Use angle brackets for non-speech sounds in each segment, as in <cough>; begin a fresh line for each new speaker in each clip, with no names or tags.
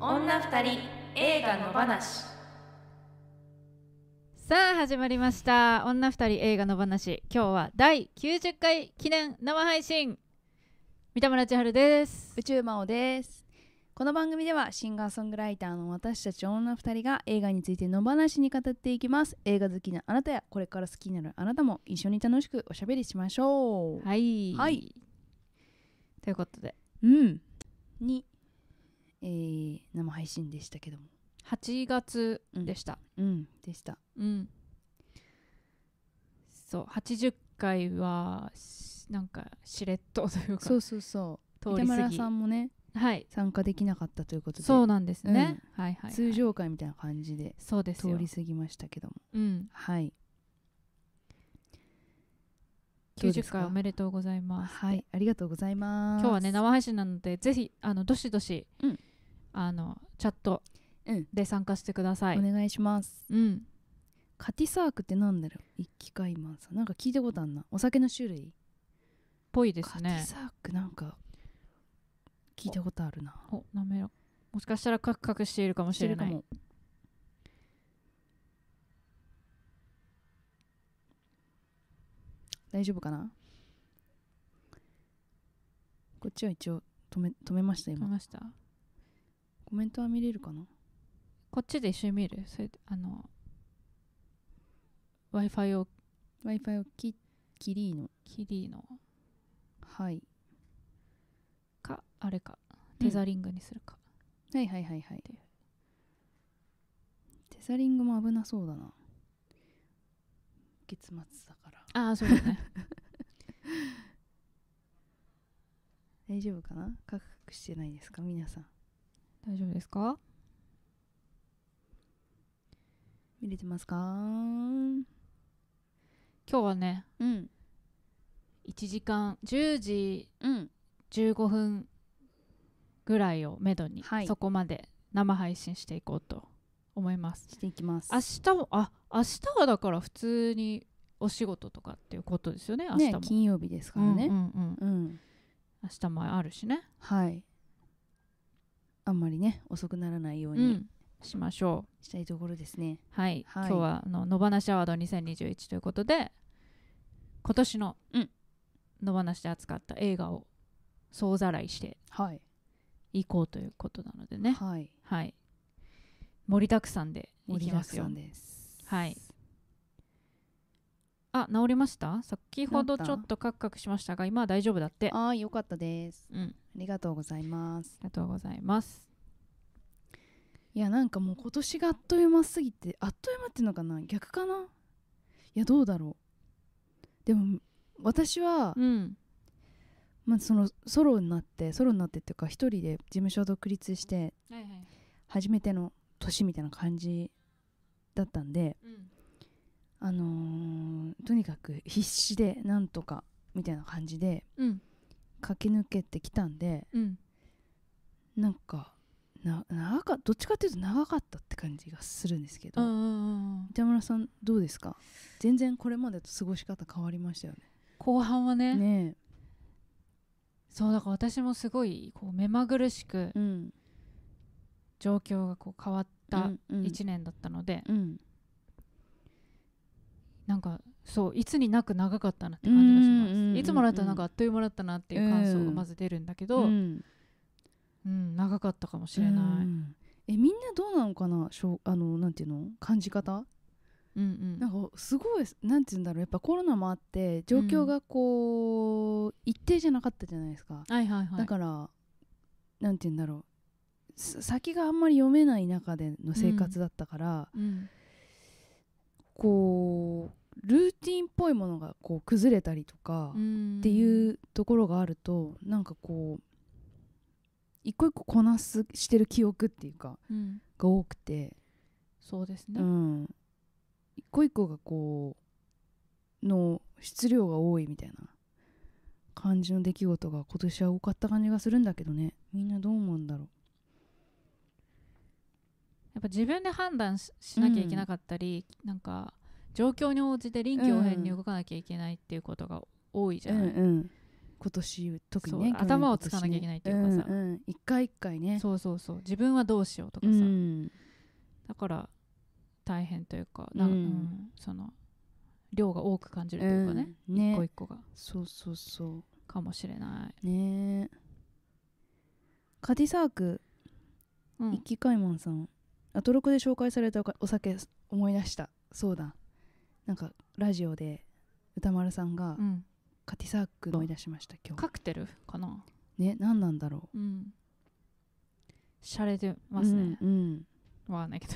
女二人映画の話
さあ始まりました女二人映画の話今日は第90回記念生配信三田村千春です
宇宙魔王ですこの番組ではシンガーソングライターの私たち女2人が映画について野放しに語っていきます映画好きなあなたやこれから好きになるあなたも一緒に楽しくおしゃべりしましょう、
はい、
はい
ということで
うんに、えー生配信でしたけども
8月でした
うんでした
うん、そう80回はしなんかしれっとというか
そうそうそう
通
板
り過
村
ぎ
さんもね
はい
参加できなかったということで
そうなんですね、はいはい、はい、
通常会みたいな感じで
そうです
通
よ
り過ぎましたけども
うん
はいどうで
90
すか
回おめでとうございます
はいありがとうございます
今日はね生配信なのでぜひあのどしどし、
うん
あのチャット
うん
で参加してください、
お願いします
うん、
カティサークってなんだろう一気か今さなんか聞いたことあんなお酒の種類
ぽいです
カティ
ね
サークなんか聞いたことあるな
おなめろもしかしたらカクカクしているかもしれ
知ってる
な
か
い
も大丈夫かなこっちは一応止め止めました
来
今
ました
コメントは見れるかな
こっちで一緒に見るそれであの w i f i を
w i f i をきキリーの
キリの
はい
かあれか
うん
テザリングにするか、
はいはいはいはいテザリングも危なそうだな月末だから
ああそうだね
大丈夫かなカクカクしてないですか皆さん
<laughs> 大丈夫ですか
見れてますか
今日はね
うん
1時間10時
うん
15分ぐらいをめどに、
はい
そこまで生配信していこうと思います
していきます
明日もあ明日はだから普通にお仕事とかっていうことですよね明日
ね
も、
金曜日ですから
うんう
ね
んうん
うん、
明日もあるしね
はいあんまりね遅くならないよう
う
に
んしましょ
したいところですね、
うはい、
はい
今日はあの野放しアワード2021ということで今年の
うん
野放しで扱った映画を総ざらいして
はい
いこうということなのでね
はい
はい盛りだくさんでい
盛
き
りだ
ま
く
すよ
さんです
はいあ治りました先ほど
治った
ちょっとカクカクしましたが今は大丈夫だって
ああよかったです
うんあ
ありがとうございます
りがとうございます
いやなんかもう今年があっという間すぎてあっという間っていうのかな逆かないやどうだろうでも私は、
うん
まあ、そのソロになってソロになってっていうか一人で事務所を独立して
はいはい
初めての年みたいな感じだったんで
うん
あのーとにかく必死でなんとかみたいな感じで
うん
駆け抜けてきたんで
うん
なんかな長かどっちかっていうと長かったって感じがするんですけど、
うん
板村さんどうですか全然これまでと過ごし方変わりましたよ
後半はね
ねね
そうだから私もすごいこう目まぐるしく
えうん
状況がこう変わった
うん
1年だったので、
うん
なんかそういつになく長かったなって感じがします、
うんうんうんうん
いつもだったらなんかあっという間だったなっていう感想がまず出るんだけど、うん
ん
長かったかもしれない、うん
うんえみんなどうなのかなしょうあのなんていうの感じ方
うん
なんかすごいなんていうんだろうやっぱコロナもあって状況がこう、一定じゃなかったじゃないですか、
はいはいはい
だからなんていうんだろうす先があんまり読めない中での生活だったから、
うん
こうルーティンっぽいものがこう崩れたりとか、っていうところがあるとなんかこう一個一個こなすしてる記憶っていうか
うん、うん
が多くて、
そうですね、
うん、一個一個がこうの質量が多いみたいな感じの出来事が今年は多かった感じがするんだけどねみんなどう思うんだろ
やっぱ自分で判断ししなきゃいけなかったり、なんか状況に応じて臨機応変に動かなきゃいけないっていうことが多いじ
う、
ゃない、
うん今年特に
そ
ね
う
去年
頭を使わなきゃいけないっていうかさ
今年ねんん一回一回ね
そうそうそう自分はどうしようとかさ、
ん
だから大変というかな、
うん
うんその量が多く感じるというかね、
うんね
一個一個が
そうそうそ
かもしれな
うねえカティサーク
い、うん
一気開門さんアトロクで紹介されたお酒思い出したそうだなんかラジオで歌丸さんが
うん
カティサーク思い出しました今日
カクテルかな
ね何なんだろう
うん洒落てますね、
うん、うん、
わかんないけど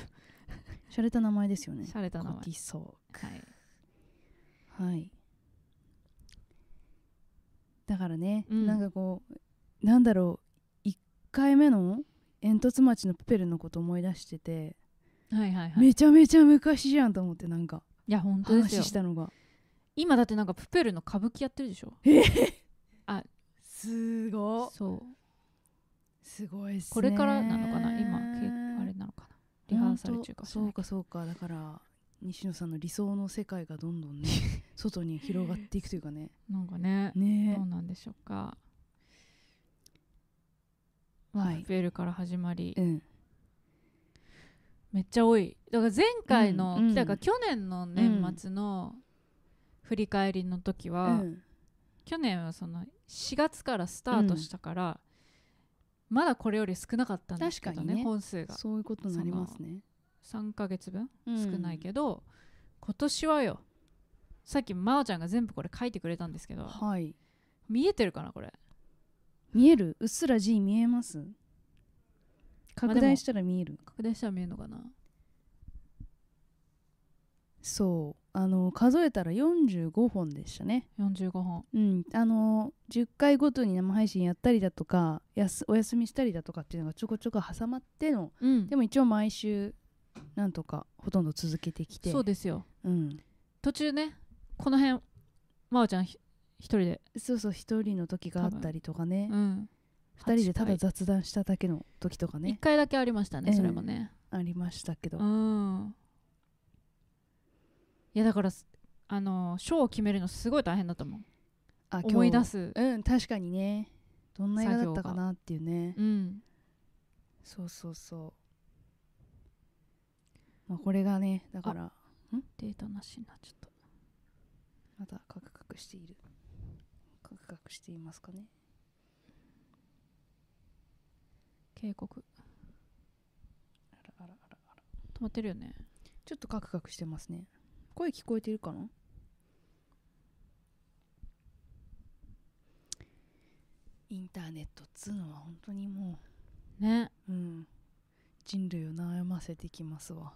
洒落た名前ですよね
洒落た名前
カティサー
はい
クはいだからね、
うん
なんかこうなんだろう1回目の煙突町のプペルのこと思い出してて、
はいはいはいい
めちゃめちゃ昔じゃんと思ってなんか
や本当です
話
よ
したのが
今だってなんかプペルの歌舞伎やってるでしょ
すご
そう
すごいっすね
これからなのかな今けあれなのかなリハーサル中か
ほんとそうかそうかだから西野さんの理想の世界がどんど
<laughs>
んね外に広がっていくというかね
なんかね
ね
どうなんでしょうか、まあ
はい
プペルから始まり
うん
めっちゃ多いだから前回の、
うんうん
だから去年の年末の振り返りの時は、
うん
去年はその4月からスタートしたから、まだこれより少なかったんですけど
確か
ね
にね
本数が
そういうことになりますね
3ヶ月分
うん
少ないけど、今年はよさっきまおちゃんが全部これ書いてくれたんですけど
はい
見えてるかなこれ
見えるうっすら G 見えます
あでも
拡大したら見える
拡大したら見えるのかな
そうあの数えたら45本でしたね
45本
うん、あの10回ごとに生配信やったりだとかやすお休みしたりだとかっていうのがちょこちょこ挟まっての
うん
でも一応毎週なんとかほとんど続けてきて
そうですよ
うん、
途中ねこの辺まおちゃんひ一人で
そうそう一人の時があったりとかね
うん
二、人でただ
8回
雑談しただけの時とか
一
ね
回だけありましたね、
うん
それもね
ありましたけど、
うんいやだからすあの賞を決めるのすごい大変だと思う
あ今日
思い出す
うん確かにねどんな映画だったかなっていうね
うん
そうそうそう、まあ、これがねだから
データなしになっちゃった
まだカクカクしているカクカクしていますかね
警告
あらあらあらあら
止まってるよね
ちょっとカクカクしてますね声聞こえてるかなインターネットっつうのは本当にも
ね
う、うん、人類を悩ませてきますわ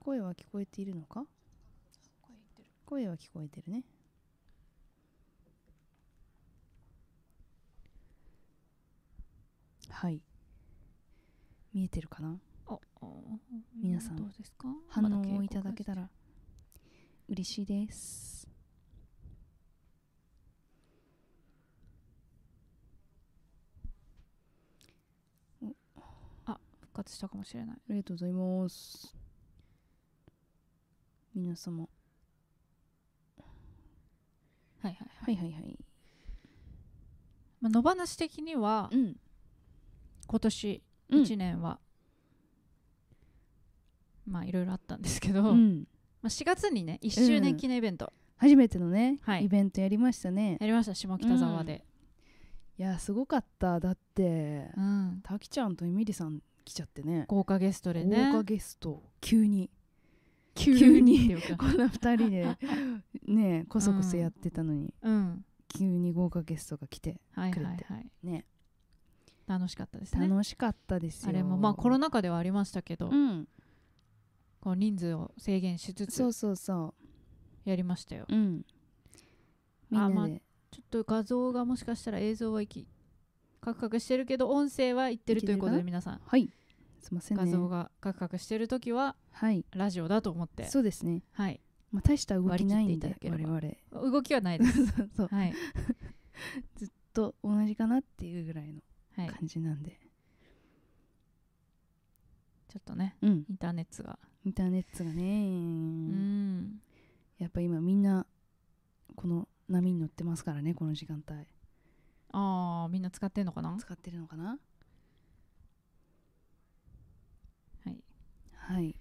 声は聞こえているのか声は聞こえてるねはい見えてるかな
おお
皆さん
どうですか
反
ま警
応を
告
いただけたら嬉しいです。
復活したかもしれない
ありがとうございます。皆様。
はいはい
はいはいはい。
まあ、野放し的には
うん。
今年
うん
1年は、まあいろいろあったんですけど、
う
ま
ん、
あ、4月にね1周年記念イベント
初めてのね、
はい
イベントやりましたね。
やりました下北沢で、
いや、すごかった。だって、
うん
たきちゃんとエミリさん来ちゃってね。
豪華ゲストでね
豪華ゲスト、急に。
急に
急に
って
<laughs>
いう
こ
か、
の二人で、ねえ、こそこそやってたのに、
うん、
急に豪華ゲストが来て、
はいはいは
くれ
い
ね
楽しかったですね
楽しかったですよ。
あれもまあコロ
ナ
ナ禍ではありましたけど、
うん。
こう人数を制限しつ
そ
つ
うそうそ
やりましたよ
う。うん。みんな
あ
で、
まあちょっと画像がもしかしたら映像はいきカクカクしてるけど音声はいってるということ
い
で
け
皆さん
はい。すいませんね。
画像がカクカクしてる時は
はい。
ラジオだと思って
そうですね。
はい
まあ、大した動きないんで
割り切っていただけ
我
れば
々
動きはないです <laughs>
そう
はい
と同じかなっていうぐらいの
はい
感じなんで、
ちょっとね
うん
インターネットが
インターネットがね
うん
やっぱ今みんなこの波に乗ってますからねこの時間帯
ああみんな使ってんのかな
使ってるのかな
はい
はい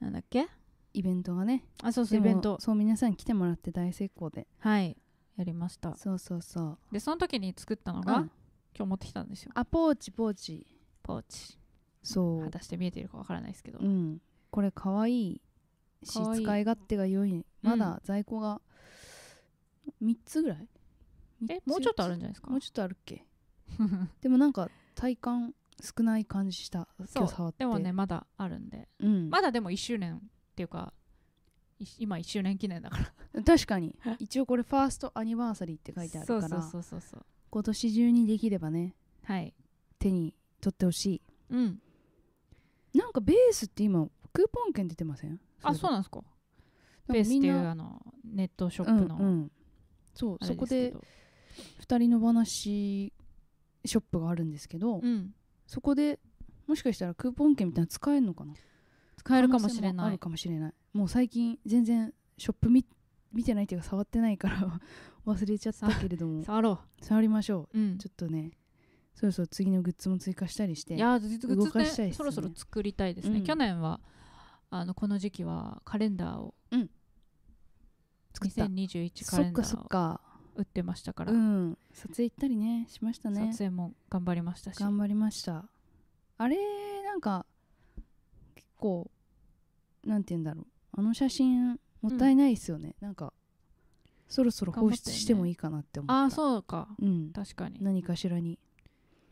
なんだっけ
イベントがね
あそうそう
で
イ
も
ベント
そう皆さん来てもらって大成功で
はいやりました
そうそうそう
でその時に作ったのが、
うん
今日持ってきたんですよ
あポーチポーチ
ポーチ
そう
果たして見えてるかわからないですけど、
うん、これ可愛いし
可愛い
使い勝手が良い、ま
う
だ在庫が3つぐらい
えもうちょっとあるん
じ
じゃないです
ゃ
か
もうちょっとあるっけでもなんか体感少ない感じした
<laughs> そ
今
う
日触って
でもねまだあるんで
うん、
まだでも1周年っていうかい今1周年記念だから
確かに一応これファーストアニバーサリーって書いてあるから
そうそうそうそうそう
今年中にできればね
はい
手に取ってほし
うん
いなんかベースって今クーポン券出てません
あそう
う
なんですか
な
ベースってい
ん
う
か
あのネットショ
みん
ッ
な
プの、
うんうん、そう
あれ
そこ
すけ
で
ど
二人の話ショップがあるんですけど、
うん、
そこでもしかしたらクーポン券みたいなの使えるのかな
使えるかもしれ
可能性あ
な
る
い
かもしれないもう最近全然ショップ見見てないっていうか触ってないから <laughs> 忘れちゃったけれども
触ろ
触りましょ
う、うん
うちょっとねそろそろ次のグッズも追加したりして
いやーずず
動かしたいっすね
ねそろそろ作りたいですね、
うん
去年はあのこの時期はカレンダーを、
うん作った
2021カ
そ
レ
っ
ンダ
かそ
ー
っ
を
か
売ってましたから
うん撮影行ったりねしましたね
撮影も頑張りましたし
頑張りましたあれなんか結構なんて言うんだろうあの写真もったいないですよね、なんかそろそろ放
頑張った
出
よね
してもいいかなって思った
ああそうか
う、ん、
確かに
何かしらに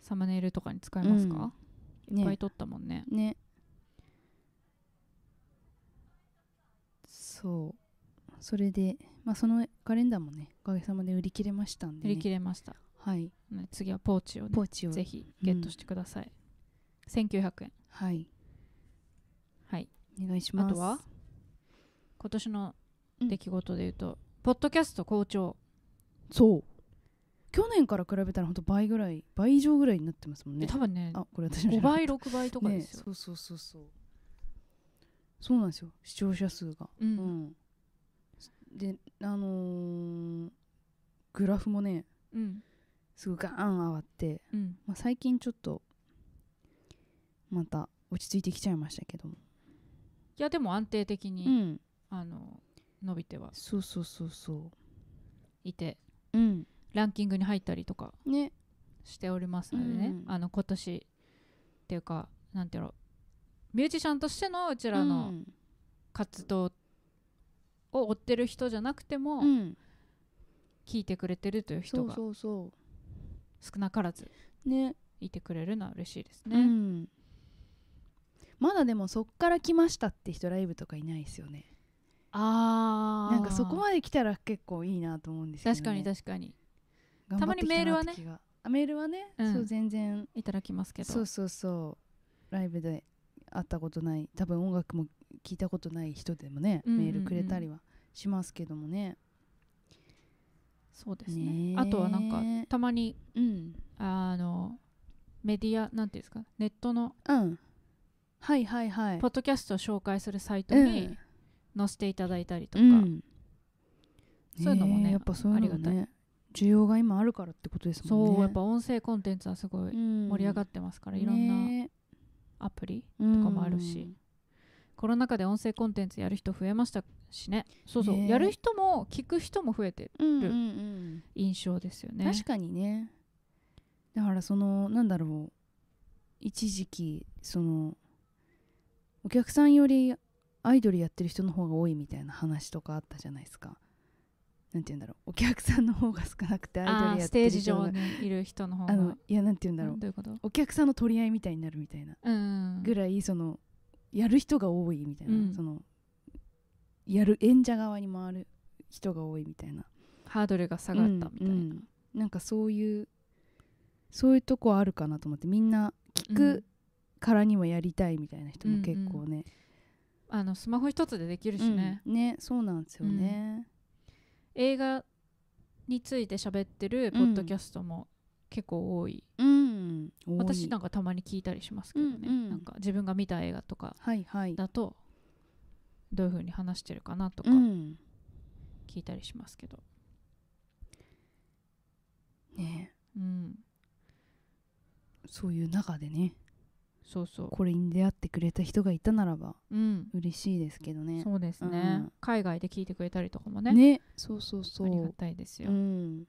サムネイルとかに使えますか、いっぱ
ね
い撮ったもんね
ねそうそれで、まあ、そのカレンダーもねおかげさまで売り切れましたんで、
売
ね、
り切れました、
はい
ね次はポーチをね
ポーチを
ぜひゲットしてください、1900円
はい
はい
お願いします
あとは今年の出来事で言うと、ポッドキャスト好調
そう去年から比べたらほんと倍ぐらい倍以上ぐらいになってますもんね
多分ね
あこれ私のじ
5
ゃなかった
倍6倍とかですよ、
ね、そうそうそうそうそうなんですよ視聴者数が
う
うん、
うん
であのーグラフもね
うん
すぐガーン上がって、
うん
まあ、最近ちょっとまた落ち着いてきちゃいましたけども
いやでも安定的
う
に、
ん
あの伸びては
そうそうそうそ
いて
ううん
ランキングに入ったりとか
ね
しておりますのでね、
うん
あの今年っていうかなんていうのミュージシャンとしてのうちら
う
の
ん
活動を追ってる人じゃなくても
うん、
聞いてくれてるという
そ
人
う
が
そうそ
少なからず
うね
いてくれるのは嬉しいです
う
ね。
ん、まだでもそっから来ましたって人ライブとかいないですよね
ああ
なんかそこまで来たら結構いいなと思うんですけど、ね、
確かに確かに
頑張ってき
たまにメール
なっ
は
て
ね
気があメールはね、
うん
そう全然
いただきますけど
そうそうそうライブで会ったことない多分音楽も聞いたことない人でもね、
うんうんうん
メールくれたりはしますけどもね
そうです
ね
ね
え
あとはなんかたまに
うん
あのメディアなんていうんですかネットの
うんはいはいはい
ポッドキャストを紹介するサイト
う
に
ん
載せていただいたりと
う
か、
ん
そういうのもね
えやっぱそういうのも
あり
ね需要が今あるからってことですもん
そ
ね
うやっぱ音声コンテンツはすごい盛
盛
り上が
っ
ってますか
た
ら、いろんな
な
アプリ、
とか
もあるしコロナ禍で音声コンテンツやる人増えましたしねそうそう、
ねえ
やる人も聞く人も増えてる
うんうんうん
印象ですよね
確かにねだからそのなんだろう一時期そのお客さんよりアイドルやってる人の方が多いみたいな話とかあったじゃないですかなんて言うんだろうお客さんの方が少なくてアイド
あ
ル
ー
やっ
ステー
てる
ジ
人が
上にいる人の方が
あのいやなんて言うんだ
な
ろ
ん
う
どういうこと
お客さんの取り合いみたいになるみたいな
うん
ぐらいそのやる人が多いみたいな、
うん
そのやる演者側に回る人が多いみたいな
ハードルが下がったみたいな、
うんうんなんかそういうそういうとこあるかなと思ってみんな聞くからにはやりたいみたいな人も結構ね、
あのスマホ一つでできるしね、
うんねそうなんですよね、
映画について喋ってるポッドキャストも結構多い、
うん
私
多
ないんかたまに聞いたりしますけどね、
うんうん
なんか自分が見た映画とか
はいはい
だとどういう風に話してるかなとか
うん
聞いたりしますけど、
ね
うん、
えそういう中でね
そうそう
これに出会ってくれた人がいたならば
うん、
嬉しいですけどね
そうですね、
うん
海外で聞いてくれたりとかもね
ねそうそうそ
ありが
う
たいですよ、
うん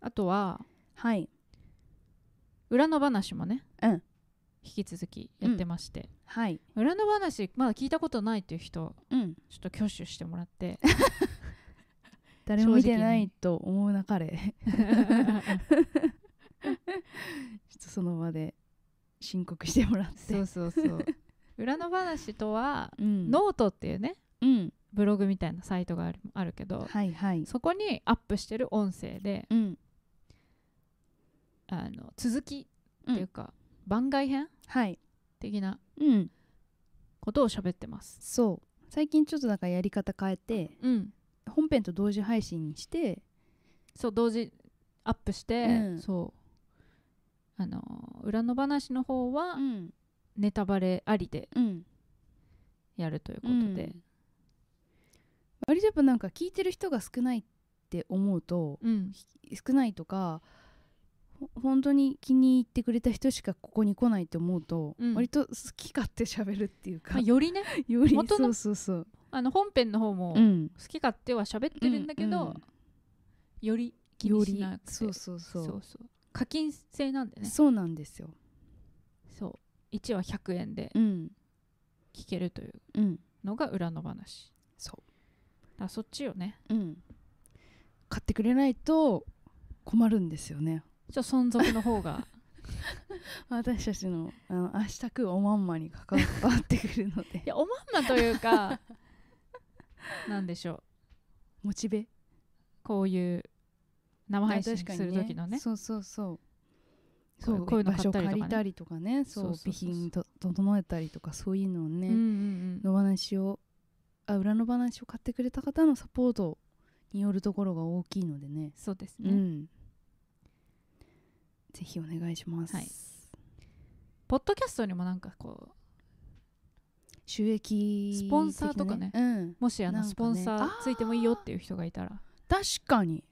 あとは
はい
裏の話もね、
うん
引き続きやってまして、
はい
裏の話まだ聞いたことないっていう人
うん
ちょっと挙手してもらって <laughs>
誰も見てないと思うなかれちょっとその場で申告してもらって
そうそうそう <laughs> 裏の話とは、
うん
ノートっていうね
うん
ブログみたいなサイトがあるあるけど、
はいはい
そこにアップしてる音声で
うん
あの続きっていうか、番外編
はい
的な
うん
ことを喋ってます
そう最近ちょっとなんかやり方変えて
うん
本編と同時配信にして
そう同時アップして、
うん
そうあの裏の話の方は
ん
ネタバレありで
うん
やるというこ
ことと
で
で、割とやっぱなんか聞いてる人が少ないって思うと
うん
少ないとかほ本当に気に入ってくれた人しかここに来ないって思うと、
うん
割と好き勝手喋るっていうか、
まあ、よりね
<laughs> より
元
そ
の
うそうそう、
あの本編の方も
う
好
ん、
き勝手は喋ってるんだけど、
うんうん
より気
よ
にし
り
なくて
そうそうそう
そ
そう
うそう課金制なんでね
なんですよ
そう1話100円で
うん
聞けるという
うん
のが裏の話
そ
だからそっちをね
ううん買ってくれないと困るんですよね
ちょっと存続の方が
<laughs> 私たちのあの明日食うおまんまに関わってくるので
いやおまんまという
<laughs>
かなんでしょう
モチベ
こういう生配信
あ確か
す
に
る時のね
そうそうそう
こう
そう
こういうの
場
買
所
ったりとかね
借りたりとかね
そ
そうう
そうそう
備品と整えたりとかそういうのを
うんう
ね、
んうん
野話をあ裏の話を買ってくれた方のサポートによるところが大きいのでね
そうです
う
ね、
んぜひお願いします、
はいポッドキャストにもなんかこ
収益的な
スポンサーとかね
うん
うもしあ
な
の
んかね
スポンサ
あ
ー
ー
ついてもいいよっていう人がいたら、
確かに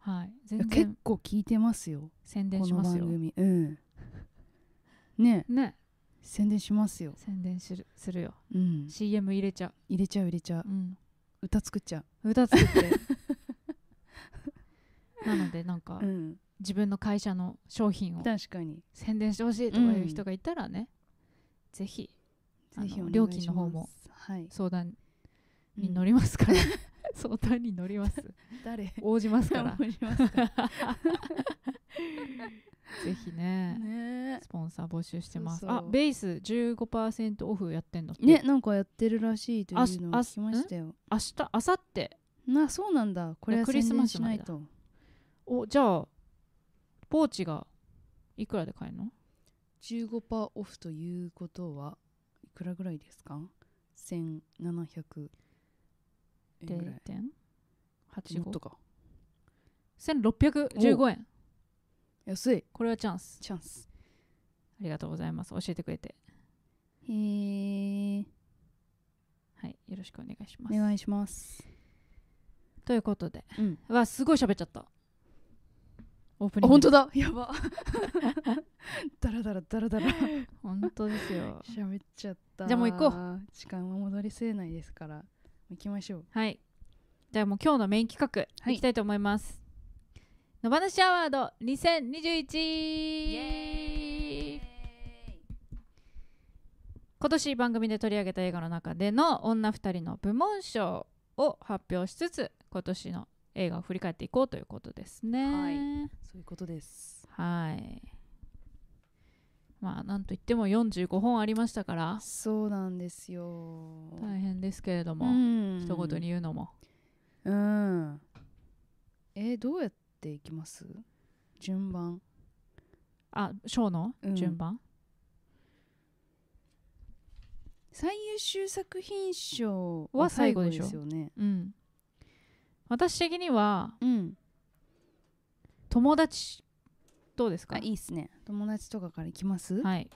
はい
い
全
や結
然
構聞いてますよ
宣伝
こ
し
の
ます
番
よ
組うんね
ね
宣伝しますよ
宣伝するするよ
うん
CM 入れちゃ
入れちゃう入れちゃう
う、うん、
歌作っちゃ
歌作って
<laughs>
なのでなんか
う、うん、
自分の会社の商品を
確かに
宣伝してほしいとかいう人がいたらね、ぜひあ
ぜひお願いしま
の
す
料金の方も
はい
相談に乗
うん
りますから、 <laughs> 相談に乗り
<laughs>
ます
誰
応じますから
頑張りますか
ぜひ
ら
ね
<laughs> ね
スポンサー募集してます
そうそう
あベース15%オフやってんだって、
ねなんかやってるらしいというの
あ
を
すあ
聞きましたよ
明日明後日
なそうなんだこれは
クリ
宣
スマ
伝
ス
しないと
おじゃあポーチがいくらで買えるの
15%オフということはいくらぐらいですか1700円ぐらいもっ
?0.85
とか
1615円
安い
これはチャンス
チャンス
ありがとうございます教えてくれて
へえ
はいよろしくお願いしま
お
す
願いします
ということで
うん
うわすごい喋っちゃったオープニ
あ
ング
本当
で
だやば <laughs> だらだらだらだら
本当ですよ
喋っちゃった
じゃあもう行こ
う時間は戻りせえないですから行きましょう
はいじゃあもう今日のメイン企
は
画
い
いきたいと思います「野放しアワード2021」今年番組で取り上げた映画の中での女2人の部門賞を発表しつつ今年の映画を振り返っていこうということですね
そういうことです
はいまあなんといっても45本ありましたから
そうなんですよ
大変ですけれども、
うん
一言に言うのも
うんえどうやっていきます順番
あ賞の
うん
順番、
最優秀作品賞
は最後でしょ
すよね
うん私的には
うん
友達どうですか
あいいっすね友達とかから行きます
はい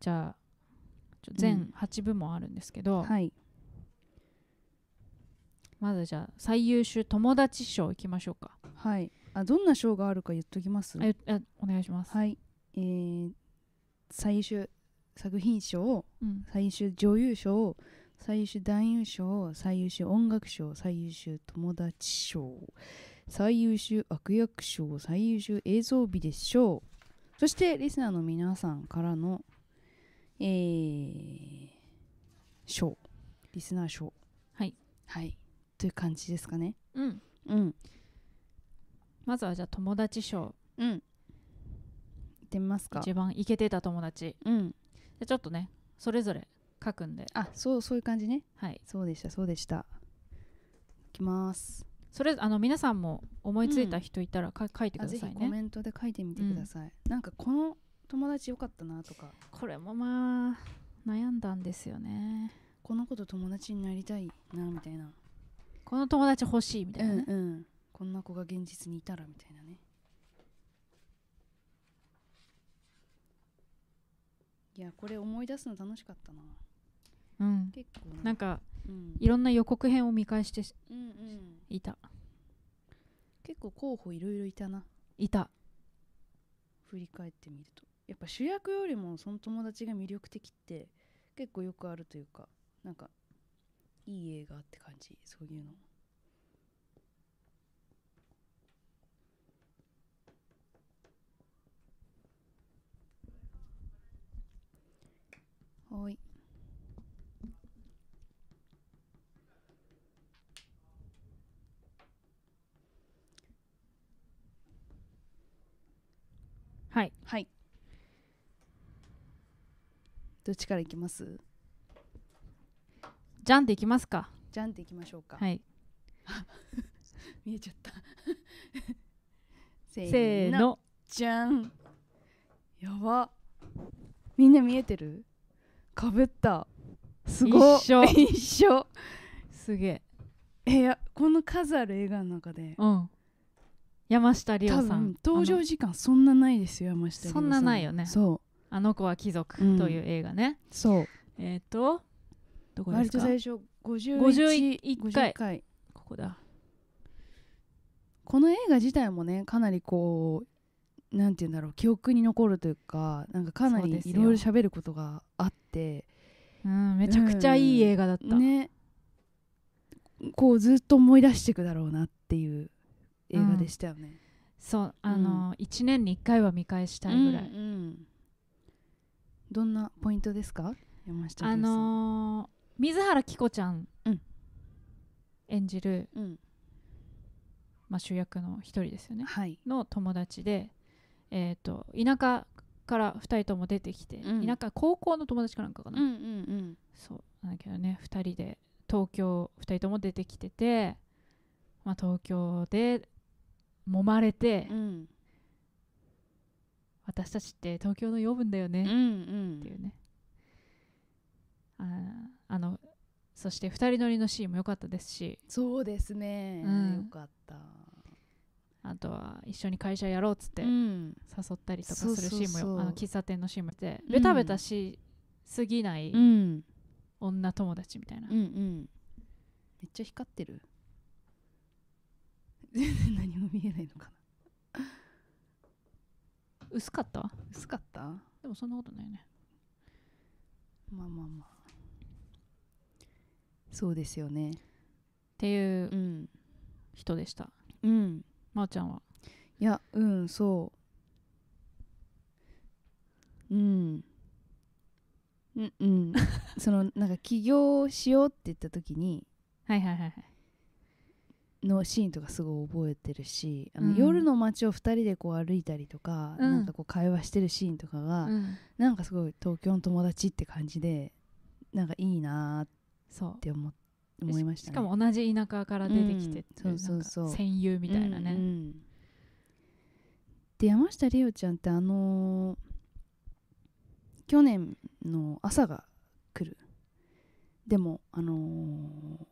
じゃあちょ全
うん
8部門あるんですけど、
はい
まずじゃあ最優秀友達賞いきましょうか
はいあどんな賞があるか言っときます
あよあお願いします、
はいえー最優秀作品賞
うん
最優秀女優賞最優秀男優賞最優秀音楽賞最優秀友達賞最優秀悪役賞最優秀映像美で賞そしてリスナーの皆さんからのえー賞リスナー賞
はい
はいという感じですかね
うん、
うん
まずはじゃあ友達賞
うん行ってみますか
一番イケてた友達
うん
でちょっとねそれぞれ書くんで
あそうそういう感じね
はい
そうでしたそうでしたいきます
それあの皆さんも思いついた人いたらか、書いてく
あ
ださ
ぜ
い
ひ
ね
コメントで書いてみてください、なんかこの友達よかったなとか
これもまあ悩んだんですよね
この子と友達になりたいなみたいな、
この友達欲しいみたいなね、
うんうんこんな子が現実にいたらみたいなねいやこれ思い出すの楽しかったな
うん
結構
なんか
うん
いろんな予告編を見返して
うんうん
いた
結構候補いろいろいたない
た
振り返ってみるとやっぱ主役よりもその友達が魅力的って結構よくあるというかなんかいい映画って感じそういうのはーい
はい
はいどっちからいきます
じゃんっていきますか
じゃんっていきましょうか、
はい
見えちゃった <laughs> せ
せーの
じゃんやばみんな見えてるかぶったすごっ
一緒
一緒
すげえ
えいやこの数ある映画の中で
うん山下リオ
多
さん
分登場時間そんなないですよ山下リオさ
そんなないよね
そ
あのあの子は貴族
うん
という映画ね、
うそう
えっ、とどこで
割
す
と
か
最初51
51回
51回
ここだ
この映画自体もねかなりこうなんて言うんだろう記憶に残るというかなんかかな
そう
り
です
い
よ
ろいろ喋ることがあって
うんめちゃくちゃいい映画だった、
ねこうずっと思い出していくだろうなっていう映画でしたよね、
そうあの、一1年に1回は見返したいぐらい、
うんうんどんなポイントですか山下
あ
龍さん
のー水原希子ちゃん
うん
演じる、
うん
まあ、主役の一人ですよね
はい
の友達で、えー、と田舎から2人とも出てきて、
うん
田舎高校の友達かなんかか
う
な、
んうん
そうなんだけどね2人で東京2人とも出てきてて、まあ、東京で揉まれて、
うんうん
私たちって東京の養分だよね、
うんう
ってい
ん
うねあーあのそして2人乗りのシーンも良かったですし
そうですね、
うん
よかった
あとは一緒に会社やろうっつって
う
誘
ん
ったりとかす
そう
る
そう
シ
そう
ーンもよあの喫茶店のシーンもで
うん
ベタベタしすぎない
うん
女友達みたいな、
うんうんめっちゃ光ってる <laughs> 全然何も見えないのかな
薄かった
薄かったま
でもそんなことないよね
あまあまあそうですよね
っていう
うん
人でした
うん
まおちゃんはい
やうんそううんうんうん
<laughs>
そのなんか起業しようって言った時に
はいはいはいはい
のシーンとかすごい覚えてるしあ
う
の、
ん
夜の街を2人でこう歩いたりとか、
うん
なんかこう会話してるシーンとかが、
うん
なんかすごい東京の友達って感じでなんかいいなーっ
そう
て思っ思いましたね
しかも同じ田舎から出てきてってい
うんそうそうそう
なんか戦友みたいなね、
うんうんで山下リオちゃんってあのー去年の朝が来るでもあのー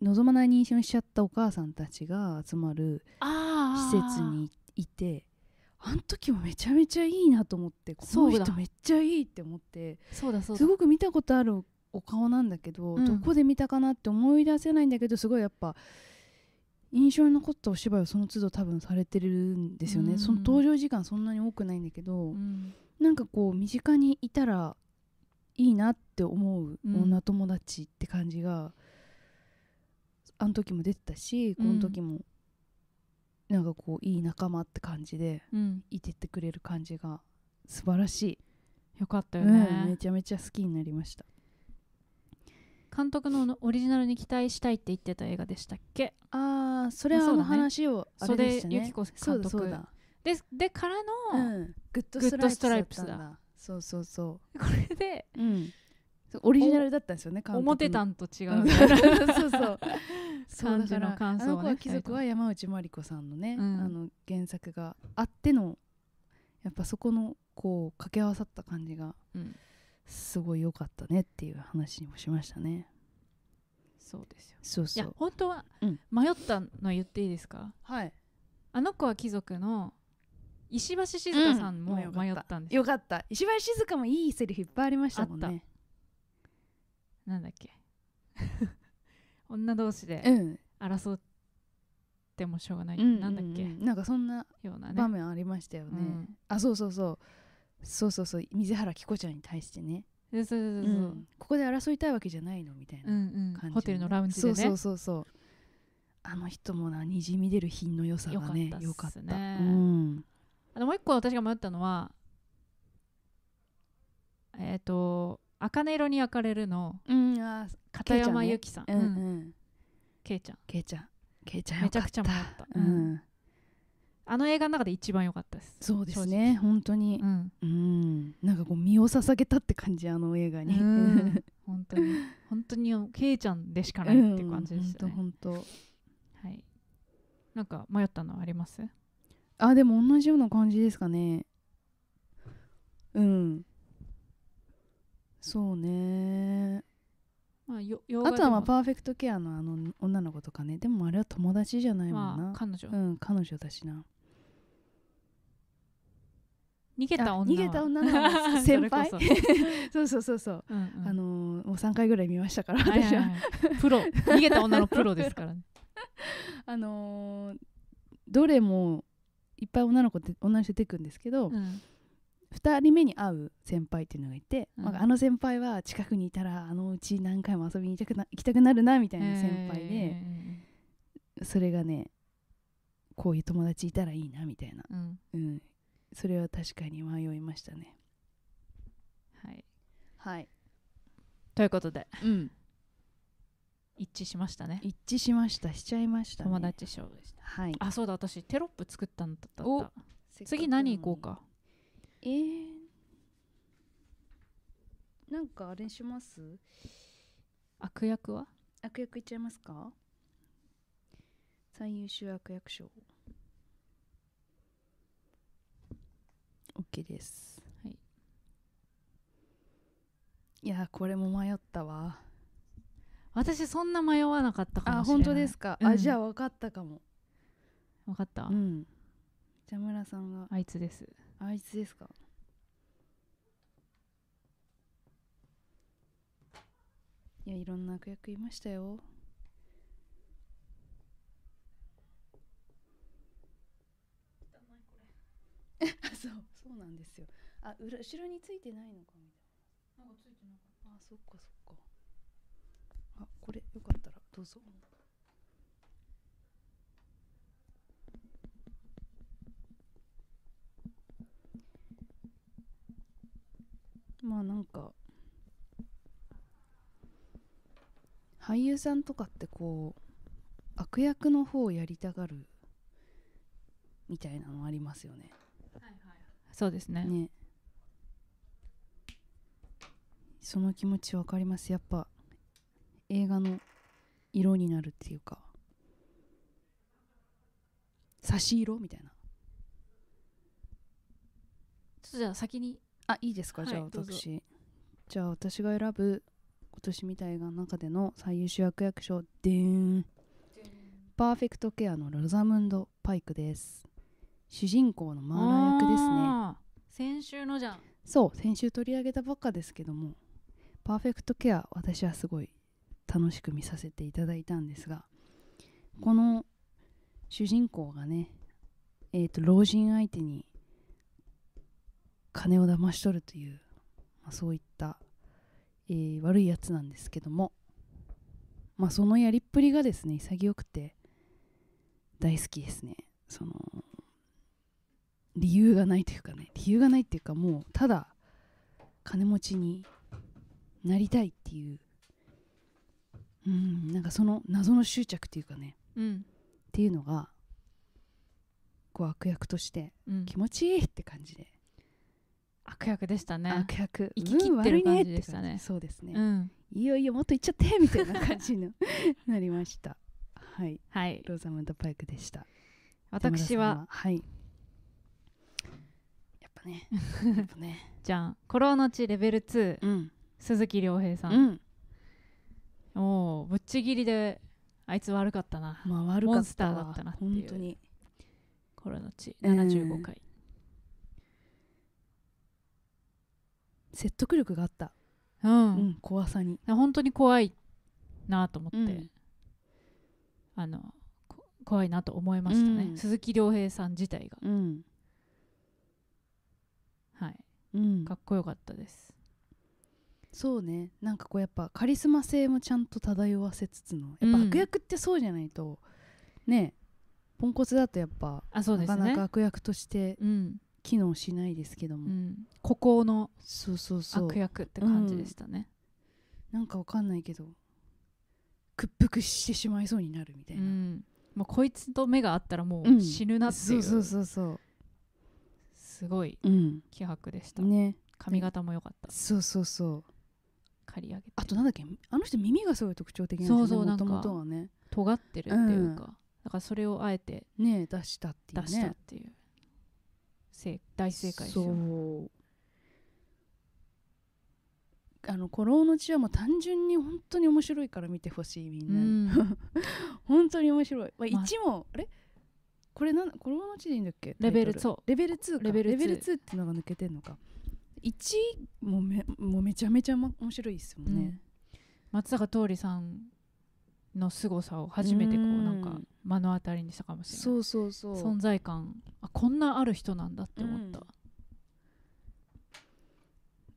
望まない妊娠をしちゃったお母さんたちが集まる
あ
施設にいてあん時もめちゃめちゃいいなと思ってこ
そう
の
だ
人めっちゃいいって思って
そうだそうだ
すごく見たことあるお顔なんだけど、
うん
どこで見たかなって思い出せないんだけどすごいやっぱ印象に残ったお芝居をその都度多分されてるんですよ
う
ね、
ん
その登場時間そんなに多くないんだけど、
うん
なんかこう身近にいたらいいなって思う
うん
女友達って感じが、あの時も出てたしこの時もなんかこういい仲間って感じで
うん
いてってくれる感じが素晴らしい、
よかったよ
うんめ
ね、
ちゃめちゃ好きになりました
監督のオリジナルに期待したいって言ってた映画でしたっけ
ああそ
れ
れ
は
は
あ
あ
の
の話をあれでした
袖由
ね
紀子監督
そうだそうだ、
ででから
う
の、
ん、グッド
グッドス
ス
ト
ト
ラ
ラ
イ
イ
プ
プ
ス
ス
だ
だそうそうそ
これで
う、うん、オリジナルだったんですよね監督の
表担と違うみたいな
<laughs> そうそうそう
感
だ
じ
か
の
ら
感想をね
あの子は貴族は山内まりこさんのね、
うん
あの原作があってのやっぱそこのこう掛け合わさった感じが <laughs>
うん
すごい良かったねっていう話もしましたね
そうですよ
そう
い
そ
や
う
本当は
うん
迷ったの言っていいですか、
はい
あの子は貴族の石橋静香さんも
う
迷ったんですよ、
よかった石橋静香もいいセリフいっぱいありましたもんね
なんだっけ <laughs> 女同士で
うん
争ってもしょうがない、
うん
なんだっけ、
ううなんかそんな
ようなね
場面ありましたよね、
うん
あそうそうそうそうそうそう水原希子ちゃんに対してね、
でそうそうそう
う
そうん
ここで争いたいわけじゃないのみたい
う
な、
んう
感じ
ん、
ね
ホテルのラウンジでね
そうそうそうそうあの人もなにじみ出る品の良さがね
良
良
か
か
っ
ったた
っすね
うん、
あのもう一個私が迷ったのはえっ、と「茜色に焼かれる」の
うん、あ
片山由
紀
紀さん
うんう
うん
ん
けいちゃん
けいちゃんけいちゃん
めちゃくちゃ迷っ
良か
た、
たう
うん
ん、
あの映画の中で一番良かったです
そうですね本当に
うん
うん、なんかこう身を捧げたって感じあの映画に、
うん
<laughs>
本当に本当にけいちゃんでしかないって感じでしたね、
本当本
はいなんか迷ったのはあります
当あでも同じような感じですかねうんそうね
まあよ洋画
あ
で
とはまあ
も
パーフェクトケアのあの女の子とかねでもあれは友達じゃないもんな、
まあ彼女、
うん彼女だしな
逃げた
あ
女は
逃げた女
<laughs>
なの
それ
先
こ
輩
そ
そうそうそうそう、
うんうん
あのーもう3回ぐらい見ましたから
はい
私
はい
は、
はいプロ逃げた女のプロですからね
<laughs> あのーどれもいっぱい女の子って女の人出てくるんですけど、
うん
2人目に会う先輩っていうのがいて、
うん
まあ、あの先輩は近くにいたらあのうち何回も遊びに行きたくな行きたくなるなみたいな先輩で、
え
それがねこういう友達いたらいいなみたいな
ーうん
うん、それは確かに迷いましたね。
はい、
はい、
ということで
うん、
一致しましたね
一致しました、しちゃいました、ね。
友達賞でした
はい。
あそうだ私テロップ作ったんだった
お
次何行こう。か
えー、なんかあれします？
悪役は
悪役いっちゃいますか？最優秀悪役賞。オッケーです。
はい。
いやーこれも迷ったわ。
私そんな迷わなかったかもしれない
あ本当ですか。
うん
あじゃあ分かったかも。
分かった、
うん。ジャムラさんが
あいつです
あいつですかいやいろんな悪役いましたよあ <laughs> そうそうなんですよあ裏後ろについてないのかみたいななんかついてなかったあそっかそっかあこれよかったらどうぞまあなんか俳優さんとかってこう悪役の方をやりたがるみたいなのありますよね。
そうですね
ねその気持ちわかりますやっぱ映画の色になるっていうか差し色みたいな
ちょっとじゃあ先に
あいいですか、
はい
じゃあ
どうぞ
私じゃあ私が選ぶ今年見た映画の中での最優秀悪役賞でーんパーフェクトケアのロザムンド・パイクです主人公のマーラ役ですね
ね先週のじゃん
そう先週取り上げたばっかですけどもパーフェクトケア私はすごい楽しく見させていただいたんですがこの主人公がねえー、と老人相手に金を騙し取るという、まあ、そういった、えー悪いやつなんですけども、まあ、そのやりっぷりがですね潔くて大好きですねその理由がないというかね理由がないっていうかもうただ金持ちになりたいっていううんなんかその謎の執着というかね
うん
っていうのがこう悪役として
うん
気持ちいいって感じで、
悪役でしたね
悪役
生き切ってる感じでしたね
うん悪いねって感じそうですね、
うん
いいよいいよもっと行っちゃってみたいな感じの <laughs> なりましたはい
はい
ローザムンド・パイクでした
私は
山田さんはいやっぱ
<laughs>
ねやっぱね
じゃん「孤老の地レベル2
うん」
鈴木亮平
う
さん、
ん
おおぶっちぎりであいつ悪かったな
まあ悪
モ
か
ン
っ
スタ
た
ーだ
わ
ったなっていう
本当に
「孤老の地」
うん
75回、
説得力があった、
うん
うん怖さに
本当に怖いなと思って、
うん
あのこ怖いなと思いましたね、
うん
鈴木亮平さん自体が、
うん
はい、
うん
かっこよかったです、
そうねなんかこうやっぱカリスマ性もちゃんと漂わせつつのやっぱ
うん
悪役ってそうじゃないと、ねポンコツだとやっぱ
あそうで
な
す
か
ね
なか悪役として
うん
機能しないですけど
う
も、
ん、孤高の
そうそうそう
悪役って感じでしたね、
なんかわかんないけど屈服してしまいそうになるみた
う
い
ん
な、
もうこいつと目が合ったらも
う
うん死ぬなってい,、
そううそうそうそ
すごいう
うん
気迫でした、
ね
髪型も良かった
そうそうそう
刈り上げて
あとなんだっけあの人耳がすごい特徴的なんです
そうそ
よ
う
ね
な
も
んか
ともとはね
尖ってるっていうか、だからそれをあえて
ね出したっていう
出し
ね
たっていう正大正解ですよ
そうあの「古老の地」はもう単純に本当に面白いから見てほしいみ
うん
な、
ん、
本当に面白い、まあ、
まあ
1も、あれこれなん「古老の地」でいいんだっけ
レベル
タイト
2
レベル2か
レベル2
レベル2っていうのが抜けてんのか1もめもうめちゃめちゃ、ま、面白いですもんね、
松坂桃李さんの凄さを初めてこう
うん
なんか目の当たりにしたかもしれ
そ
ないう
そうそう
存在感あこんなある人なんだって思った、
うん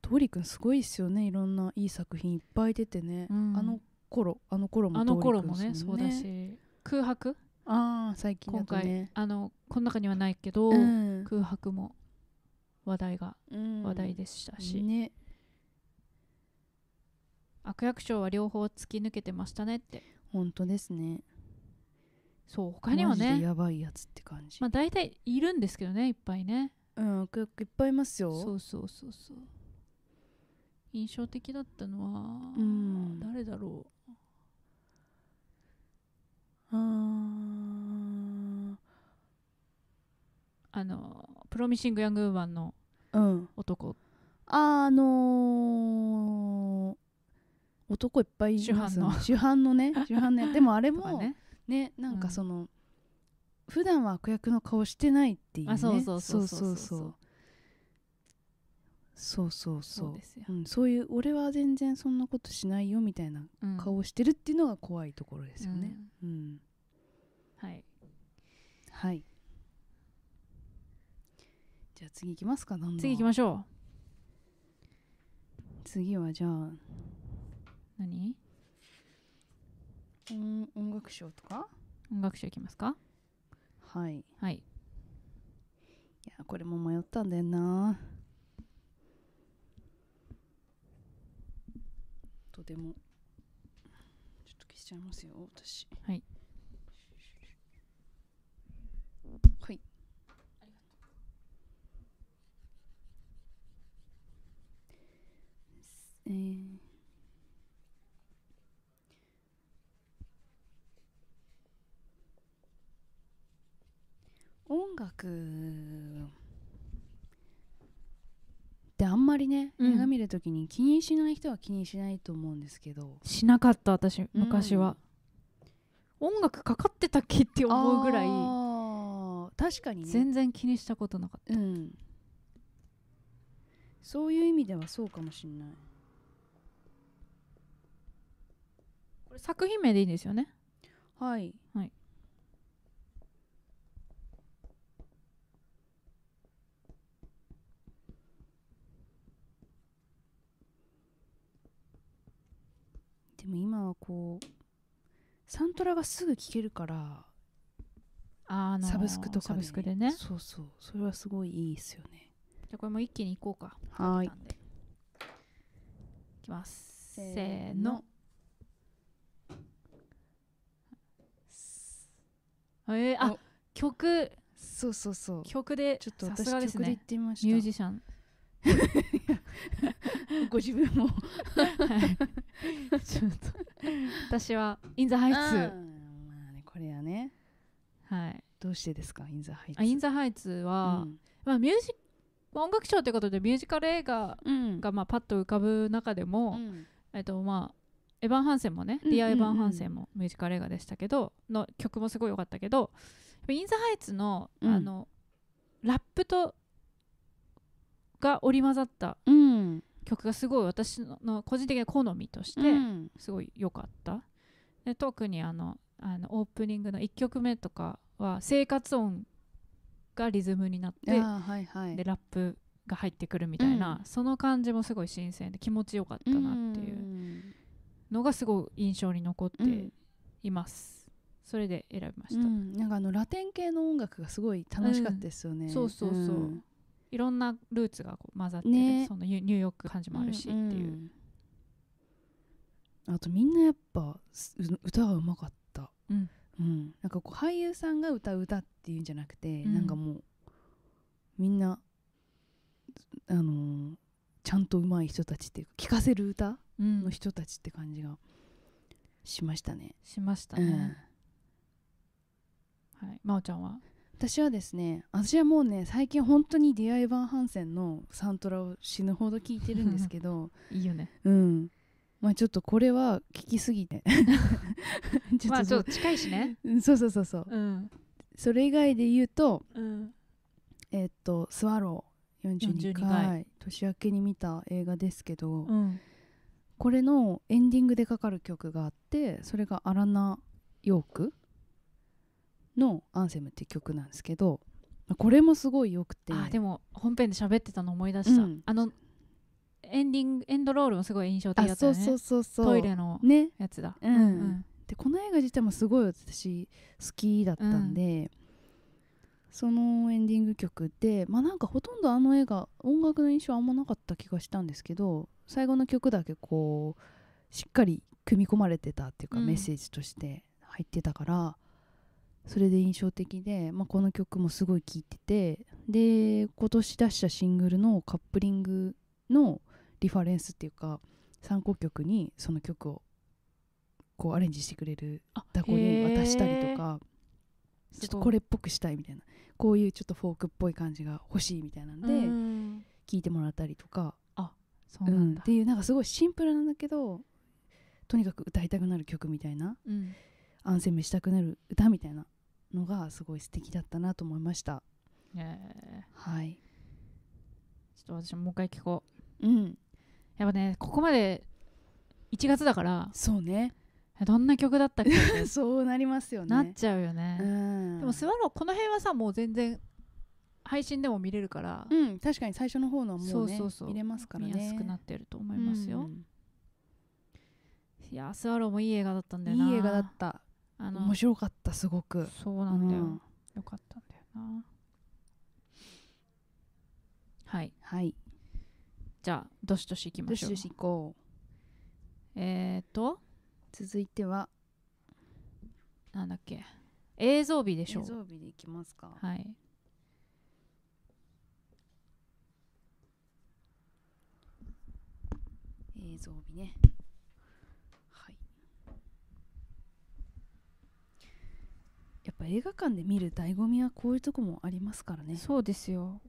トリくんすごいっすよねいろんないい作品いっぱい出てね、
うん
あの頃あの頃も
あの頃も
桃
ね
李くんっす
そ
も
うんだし空白
ああ最近だ
今
と
回、
ね
あのこの中にはないけど、
うん
空白も話題が
うん
話題でしたし、
ね
悪役賞は両方突き抜けてましたねって
本当ですね
そう他には
マジで
ね
やばいやつって感じ、
まあ大体いるんですけどねいっぱいね
うん悪役いっぱいいますよ
そうそうそうそう印象的だったのは、
うん
誰だろう
あー
あのプロミシング・ヤング・ウーマンの
うん
男
あのー男いっぱいいますよね主犯のね主犯ねでもあれ
とか
もね
ね
なんかその、普段は悪役の顔してないっていうね
あそうそうそう
そ
そうう
そ
そうう
そうそうそ
そ
う
う
そう
ですよ、
うん、そういう俺は全然そんなことしないよみたいな
うん
顔してるっていうのが怖いところですよね。うん、
うんはい
はい。じゃあ次行きますか。どんどん
次行きましょ
次はじゃあ、
う何
音音楽賞とか。
音楽賞いきますか
はい。い
はい
やこれも迷ったんだよな。とても。ちょっと消しちゃいますよ私。
はい。
はい。えー音楽ってあんまりね、
うん
映画見るときに気にしない人は気にしないと思うんですけど
しなかった私昔は、音楽かかってたっけって思うぐらい
あー確かにね
全然気にしたことなかった
うんそういう意味ではそうかもしれない
れ作品名でいいんですよね
はい
はい
でも今はこうサントラがすぐ聴けるから
あの
サブスクとか
サブスクでねじ
そうそうそれはすごいいいですよね
ゃあこれも一気にいこうか
は
なんでいきますせーのえー、あ
お
曲
そうそうそう
曲で
ちょっと
さ
私
すがです
曲で言っ
ね
てみました
ミュージシャン <laughs>
ご自分も
はいちょっと私はインザハイツ、
うんまあねこれはね
はい、
どうしてですかインザハイツ
あインザハイツは、
うん
まあミュージまあ音楽賞ということでミュージカル映画
うん
がまあパッと浮かぶ中で
う
も、
ん
えっとまあエヴァン・ハンセンもね、
うん
ディア・エヴァ
うんう
ン・
ん
ハンセンもミュージカル映画でしたけどの曲もすごい良かったけどやっぱイン・ザ・ハイツの,、
うん
あのラップとが織り交ざった
うん
曲がすごい私のの個人的な好みとして、
うん
すごい良かったで特にあのあのオープニングの1曲目とかは生活音がリズムになっ
あ
て
ーはいはい
でラップが入ってくるみたいな、
う
その感じもすごい新鮮で気持ちよかったなっていうのがすごい印象に残って
うん
います、それで選びまし
う
た、
んなんかあのラテン系の音楽がすごい楽しかったですよね、
そうそうそう、
ん
いろんなルーツがこう混ざって、
ね
そのニュニューヨーク感じもあるしっていう、
んうんあとみんなやっぱすう歌がうまかった、
うん
うんなんかこう俳優さんが歌う歌っていうんじゃなくて、
うん
なんかもうみんなあのーちゃんと上手い人たちっていうか聴かせる歌
うん
の人たちって感じがしましたね。
しました
うん
ね、はい真央ちゃんは
私はですね私はもうね最近本当にディア・エヴァン・ハンセンのサントラを死ぬほど聴いてるんですけど
いいよ
<laughs>
ね
うんまあちょっとこれは聞きす
<laughs>
ぎてちょ
まあち
そ
ょっ
う
と近いしね
うんそうそうそうそう
<laughs> うん
それ以外で言うと
うん
えーっと「スワロー42
42
回
回
年明けに見た映画ですけど、
うん
これのエンディングでかかる曲があってそれがアラナ・ヨークの「アンセム」って曲なんですけどまあこれもすごいよくて
あでも本編で喋ってたの思い出した、
うん
あのエンディングエンドロールもすごい印象的だ
あ
った
そ
よ
う
ね
そうそうそう
トイレの
ね
やつだ
うんでこの映画自体もすごい私好きだったんで、そのエンディング曲でまあなんかほとんどあの映画音楽の印象あんまなかった気がしたんですけど最後の曲だけこうしっかり組み込まれてたっていうか、
うん
メッセージとして入ってたからそれで印象的で、まあ、この曲もすごい聴いててで今年出したシングルのカップリングのリファレンスっていうか参考曲にその曲をこうアレンジしてくれるダコに渡したりとか、
へー
ちょっとこれっぽくしたいみたいなこういうちょっとフォークっぽい感じが欲しいみたいなんで
うん
聞いてもらったりとか、
そうなんだ
っ、ていうなんかすごいシンプルなんだけどとにかく歌いたくなる曲みたいな
うん
アンセムしたくなる歌みたいなのがすごい素敵だったなと思いました。
え
はい、
ーちょっと私ももう一回聞こう
うん、
やっぱねここまで1月だから
そう <laughs> ね
どんな曲だったっけって
そうなりますよね。
なっちゃうよね、
うん、
でもスワローこの辺はさもう全然配信でも見れるから、
うん、確かに最初の方のはもうね
そうそうそう
見れますからね。
見やすくなってると思いますよ、
うん
いやースワローもいい映画だったんだよない
い映画だった。
あの
面白かったすごく。
そうなんだよ、
うん
よかったんだよなはい
はい。
じゃあどしどしいきま
ど
し
し
ょう
どし行こう。
えっ、ー、と
続いては
なんだっけ映像美で
映
しょう
像日でいきますか。
はい
映像日ね。はい。やっぱ映画館で見る醍醐味はこういうとこもありますからね。
そうですよ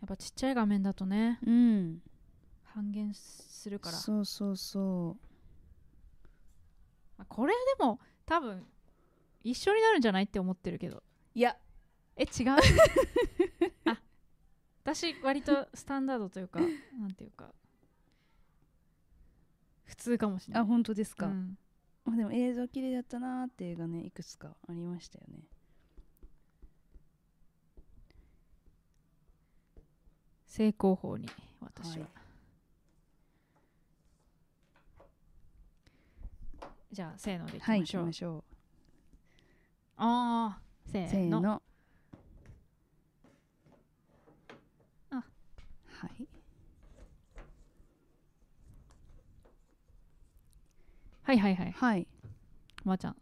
やっぱちっちゃい画面だとね
うん。
半減するから、
そうそうそ
まあこれでも多分一緒になるんじゃないって思ってるけど
う。いや。 <laughs>
え違うあ
<laughs>
私割とスタンダードというかなんていうか普普通かもしれない
あ本当ですか、
うん
まあでも映像綺麗だったなーって映画ねいくつかありましたよね
正攻法に私は、
は
じゃあせーのでいき
はい行
まし
き
ょう、
ましょ
あーせ
う
ー
せー
の
の
あ
はい
はいはいはい
はい
まーちゃん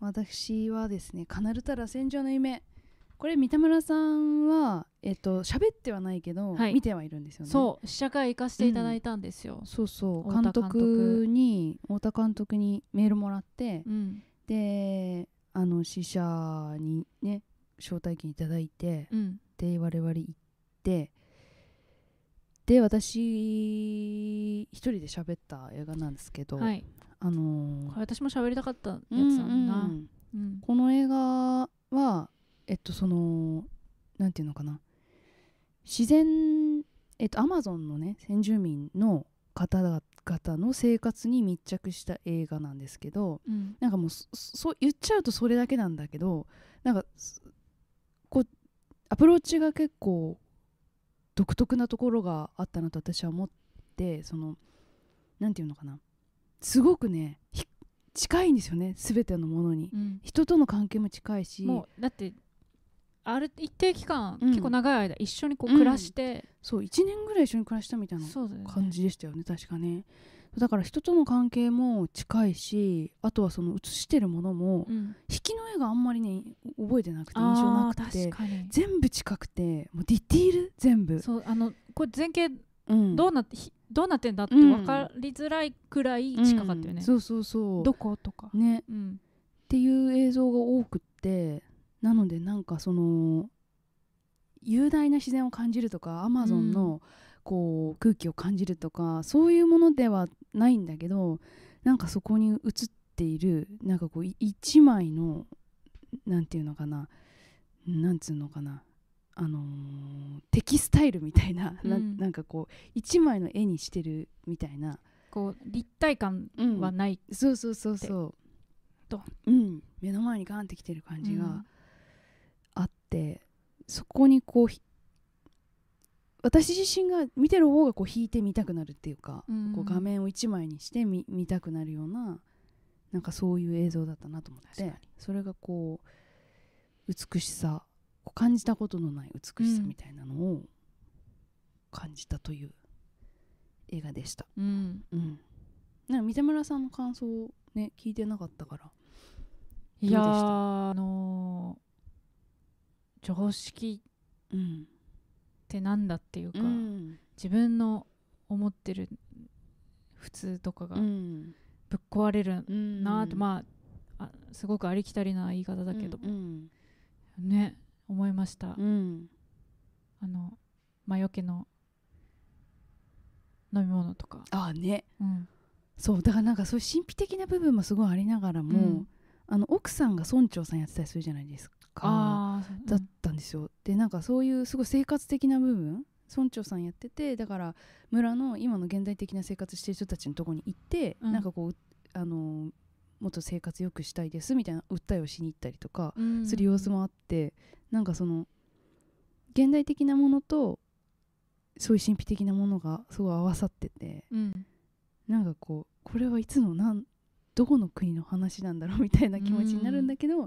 私はですね「カナルタら戦場の夢」これ三田村さんはえっと喋ってはないけど、
はい
見てはいるんですよね
そう試写会行かせていただいたんですよ、
そうそう監
太田監督
督に太田監督にメールもらって、
うん
であの試写にね招待券いただいて、
うん
で我々行ってで私一人で喋った映画なんですけど、
はい
あの
こ
ー
れ私も喋りたかったやつ
うん
だもんな、
うんうんこの映画はえっとそのなんていうのかな自然えっとアマゾンのね先住民の方々の生活に密着した映画なんですけど
うんうん
なんかもうそそう言っちゃうとそれだけなんだけどなんかすこうアプローチが結構独特なところがあったなと私は思ってそのなんていうのかなすごくねひ近いんですよね全てのものに。
うん
人との関係も近いし
もうだってある一定期間、
うん
結構長い間一緒にこう
うん
暮らして、
そう1年ぐらい一緒に暮らしたみたいな
そうだよね
感じでしたよね確かねだから人との関係も近いしあとはその写してるものも
うん、
引きの絵があんまりね覚えてなくて印象
あ
な
あ
くて
確かに
全部近くてもうディティール全部
そうあのこれ前傾
うん
どうなって、ひどうなってんだって分かりづらいくらい近かったよ
う
ね
ん、そうそうそう
どことか、
ね
うん、
っていう映像が多くってなのでなんかその雄大な自然を感じるとかアマゾン
う
のこう空気を感じるとかそういうものではないんだけどなんかそこに映っているなんかこうい一枚のなんていうのかななんつうのかなあのーテキスタイルみたいな、な
うん
なんかこう一枚の絵にしてるみたいな、
こう立体感
うん
はない、
そうそうそうそう
ド
うん、目の前にガンってきてる感じが。
うん
あってそこにこうひ私自身が見てる方がこう引いてみたくなるっていうか、
うん
こう画面を一枚にして見見たくなるようななんかそういう映像だったなと思っ
確
て
かに
それがこう美しさこう感じたことのない美しさ
うん
みたいなのを感じたという映画でした、
うん
うん、なんか三田村さんの感想をね聞いてなかったからどうで
い
した
やーあのー常識っ
うん、
てなんだっていうか、
うん
自分の思ってる普通とかが
うん
ぶっ壊れる
うん
なーって、まああすごくありきたりな言い方だけど、
うん
ね思いました、
うんうん
あの魔除けの飲み物とか、
ああね
うん
そうだからなんかそういう神秘的な部分もすごいありながらも、
うん
あの奥さんが村長さんやってたりするじゃないですか
あー
だったんですよ、でなんかそういうすごい生活的な部分村長さんやっててだから村の今の現代的な生活してる人たちのとこに行って、
うん
なんかこうあのーもっと生活良くしたいですみたいな訴えをしに行ったりとか、
うん
する様子もあって、なんかその現代的なものとそういう神秘的なものがすごい合わさってて
うん
なんかこうこれはいつのなんどこの国の話なんだろうみたいな気持ちになるんだけど、ま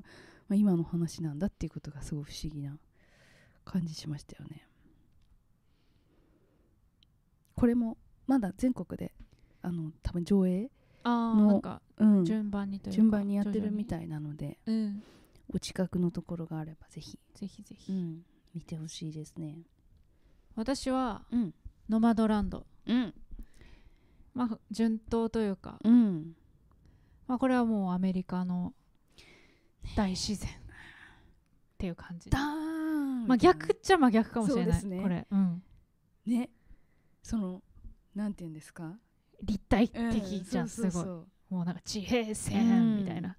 あ、今の話なんだっていうことがすごい不思議な感じしましたよね。これもまだ全国であの多分上映、
あー
の
なんか
うん、
順番にというか
順番にやって
徐
る
々に
みたいなので
うん
お近くのところがあればぜひ
ぜひぜひ、
うん、見てほしいですね。
私は
うん、
ノマドランド
うん、
まあ順当というか、
うん、
まあ、これはもうアメリカの大自然っていう感じ
ダーン
まあ逆っちゃ真逆かもしれ
そう
な
で
い、
すね
これ、うん、
ね、そのなんていうんですか、
立体的じゃん、すごい
ご
もうなんか地平線みたいな、
うん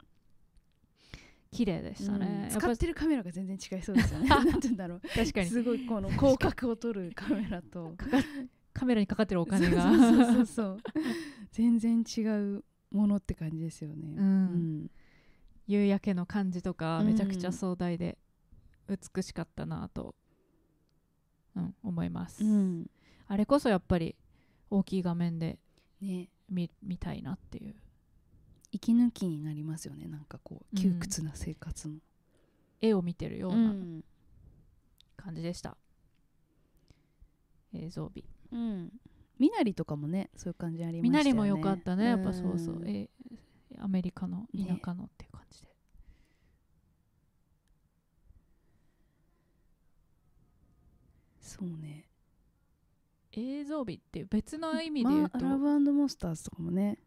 綺麗でしたね、やっ
使
ぱ
ってるカメラが全然違いそ
<laughs>
うですよね。なんて言うんだろう、
確かに
すごいこの広角を撮るカメラと。
カメラにかかってるお金が
そうそうそうそう全然違うものって感じですよね。
うん夕焼けの感じとか
うん
めちゃくちゃ壮大で美しかったなと、うん、思います、
うん
あれこそやっぱり大きい画面で
ね
見見たいなっていう
息抜きになりますよねなんかこ
う
う
ん
窮屈な生活の。
絵を見てるよう
う
なん感じでした、映像美
うんみなりとかもねそういう感じありま
み
した
な
よね。
りも良かったねやっぱそうそう、
ん
えアメリカの田舎のっていう感じで、
そうね。
映像美っていう別の意味で言
ま
う
あ、
と、
ラブモンスターズとかもね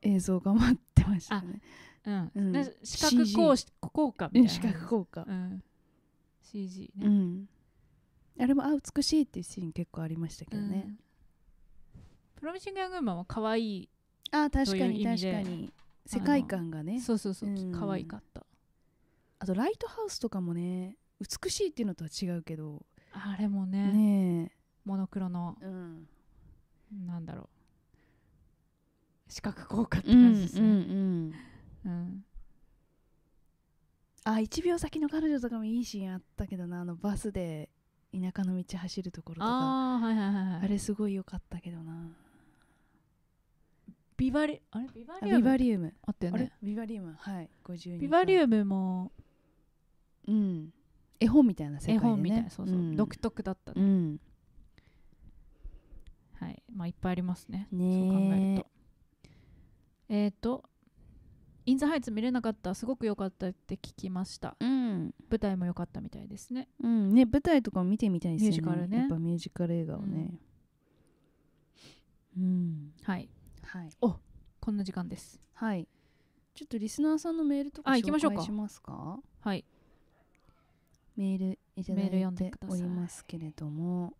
映像が待ってましたよね。
う
うん
ん、な視覚
CG
効効果みたい
視
な、
覚効果
う。ん、CG ね、
うんあれもあ美しいっていうシーン結構ありましたけどね。
プロミシング・ヤング・ウーマンは可愛い
あー確か
そういう
に
意
確
味で
かに世界観がね
そうそうそう、
うん
可愛かった
あとライトハウスとかもね美しいっていうのとは違うけど
あれもね
ね
モノクロの
え、うん、
なんだろう視覚効果って
うん
感じです
うん
ね、
うん
うん
あ1秒先の彼女とかもいいシーンあったけどなあのバスで田舎の道走るところとかあ
ああはいはいはいはい
れすごい良かったけどな
ビバリあれビバ
あ
リウ
ビ
ム
バリウム
あったよ
あれ
ね
ビバリウムはい52
ビバリ
ム
ウムも
うん絵本みたいな世界
絵
で、ね、
本みたいな、そうそう、
ん
独特だった
う
ね、
ん
はいまあいっぱいありますねそう考える
ね
とえっ、とインザハイツ見れなかったすごく良かったって聞きました
えうん
舞台も良かったみたいですね
うんね、舞台とかも見てみたいですよね
ミュージカルね
やっぱミュージカル映画をねうん、
はい
はい、
こんな時間です
はい、ちょっとリスナーさんのメールとか
あ行きましょう
紹
か
介しますか
はい
メールいただ
メール読
い
んで
て
くださ
お
い
りますけれども、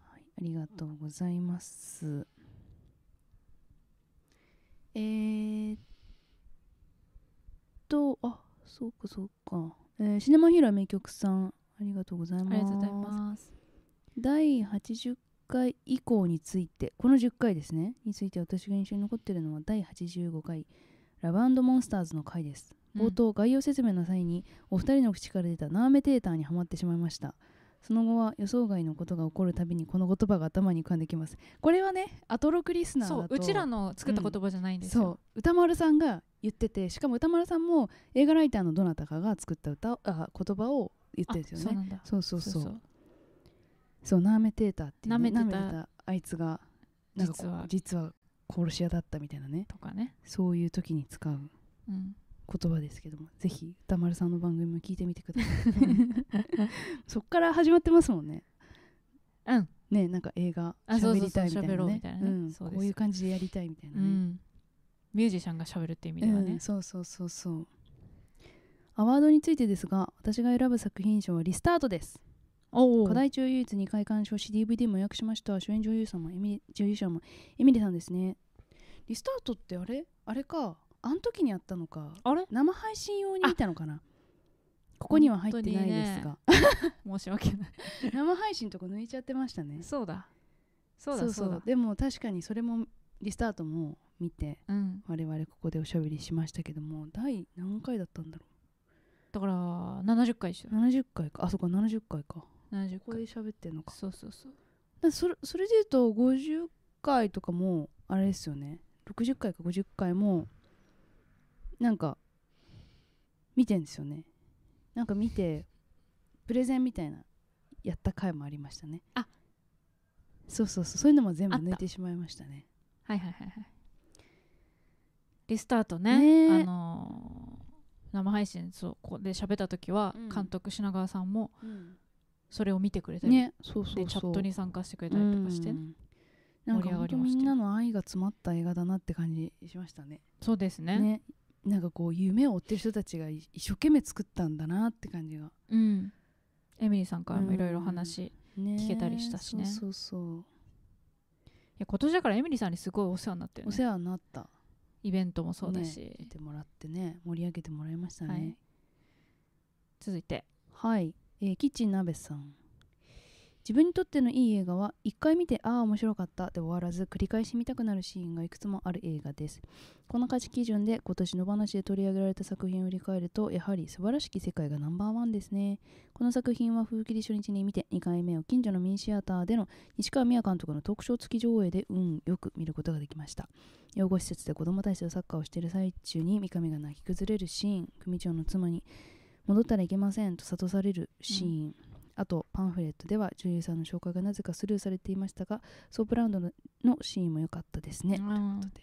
はい、ありがとうございますえー、っとあそうかそうか、えーシネマヒーロー名曲さんありがとうござい
あ
ます
りがとうございます
第80回以降についてこの10回ですねについて私が印象に残っているのは第85回ラブモンスターズの回です冒頭概要説明の際にお二人の口から出たナーメテーターにはまってしまいましたその後は予想外のことが起こるたびにこの言葉が頭に浮かんできますこれはねアトロクリスナーだ
そ
と
ううちらの作った言葉じゃないんですよ、
そう歌丸さんが言っててしかも歌丸さんも映画ライターのどなたかが作った歌をあ言葉を言ってるんです
あそ
よね
うなんだ
そうそうそうそうなめてーたっていう、ね、
舐めてた
舐めてたあいつがなんかこ
実は
実は殺し屋だったみたいなね
とかね、
そういう時に使う
うん、
言葉ですけどもぜひ歌丸さんの番組も聞いてみてく
<laughs>
ださいそっから始まってますもんね
うん
ねなんか映画
あそうそう
喋り
そう
たいみたい
喋
な
ろう
ね
みたいなね
うん
そう
こ
です
ういう感じでやりたいみたいな
う
ね、
んミュージシャンが喋るっていう意味では
う
ね
ん、、そうそうそうそうアワードについてですが私が選ぶ作品賞は「リスタート」です
おお
課題中唯一2回鑑賞し DVD も予約しました主演女優さんもエミリ女優賞もエミリさんですねリスタートってあれあれかあん時にやったのか
あれ
生配信用に見たのかなここには入ってないですが、
申し訳ない
<laughs> 生配信とか抜いちゃってましたね
そうだそうだそうだ
でも確かにそれもリスタートも見て
うん、
我々ここでおしゃべりしましたけども第何回だったんだろ
だから70回一緒
う70回かあそうか70回か
70
ここで
回
喋ってんのか
そうそうそう
だそれそれで言うと50回とかもあれですよね60回か50回もなんか見てんですよねなんか見てプレゼンみたいなやった回もありましたね
あ
そうそうそうそういうのも全部
あった
抜いてしまいましたね
はいはいはいはいリスタートね
ねえ
あのー生配信そうここで喋った時は、
うん
監督品川さんもそれを見てくれたり、
ねそうそうそう
でチャットに参加してくれたりとかして、ね
うんなんか
盛り上が
本
り
当
ましたよ
みんなの愛が詰まった映画だなって感じしましたね
そうですね
ねなんかこう夢を追ってる人たちがい一生懸命作ったんだなって感じが、
うんエミリーさんからもいろいろ話、い
ね
聞けたりしたしね
そうそうそう
や今年だからエミリーさんにすごいお世話になってる、
お
ね、
世話になった
イベントもそうだし、
ね見てもらってね盛り上げてもらいましたね
続いて
はい、えーキッチン鍋さん自分にとってのいい映画は1回見てああ面白かったで終わらず繰り返し見たくなるシーンがいくつもある映画ですこの価値基準で今年の話で取り上げられた作品を振り返るとやはり素晴らしき世界がナンバーワンですねこの作品は風切り初日に見て2回目を近所のミニシアターでの西川美也監督の特賞付き上映で運よく見ることができました養護施設で子供たちとサッカーをしている最中に三上が泣き崩れるシーン組長の妻に戻ったらいけませんと諭されるシーン、あとパンフレットでは女優さんの紹介がなぜかスルーされていましたがソープランドののシーンも良かったですね、
うん
ということで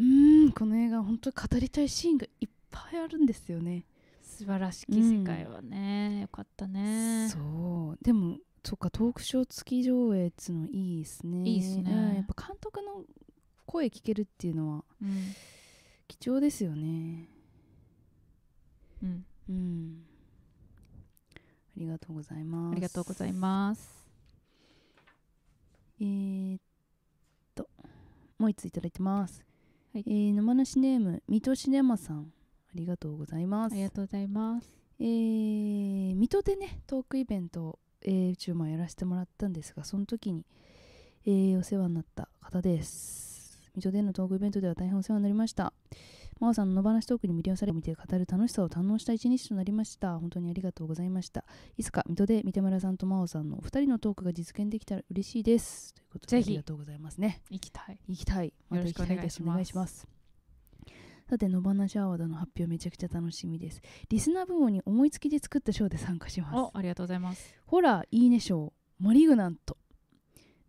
うーんこの映画本当に語りたいシーンがいっぱいあるんですよね
素晴らしき世界はね、よかったね
そうでもそっかトークショー付き上映っつうのいいですね
いいっすね
うんやっぱ監督の声聞けるっていうのは
うん、
貴重ですよね
うん、
うんありがとうございます
ありがとうございます
えー、っともう一ついただいてます、
はい
えー、野間しネーム水戸シネマさんありがとうございま
あ
す
りがとうございます
えー水戸でねトークイベントを、えー、宇宙もやらせてもらったんですがその時に、えーお世話になった方です水戸でのトークイベントでは大変お世話になりました真央さんの野放しトークに魅了され見て語る楽しさを堪能した一日となりました本当にありがとうございましたいつか水戸で三田村さんと真央さんのお二人のトークが実現できたら嬉しいですということで
ぜひ
ありがとうございますね
行きたい
行きたい。また行きたいです。
よろしくお
お願
願
い
い
し
し
ま。
ます
さて、野放しアワードの発表めちゃくちゃ楽しみです。リスナー部門に思いつきで作った賞で参加しま
お
す。
ありがとうございます
ホラーいいね賞、マリグナント、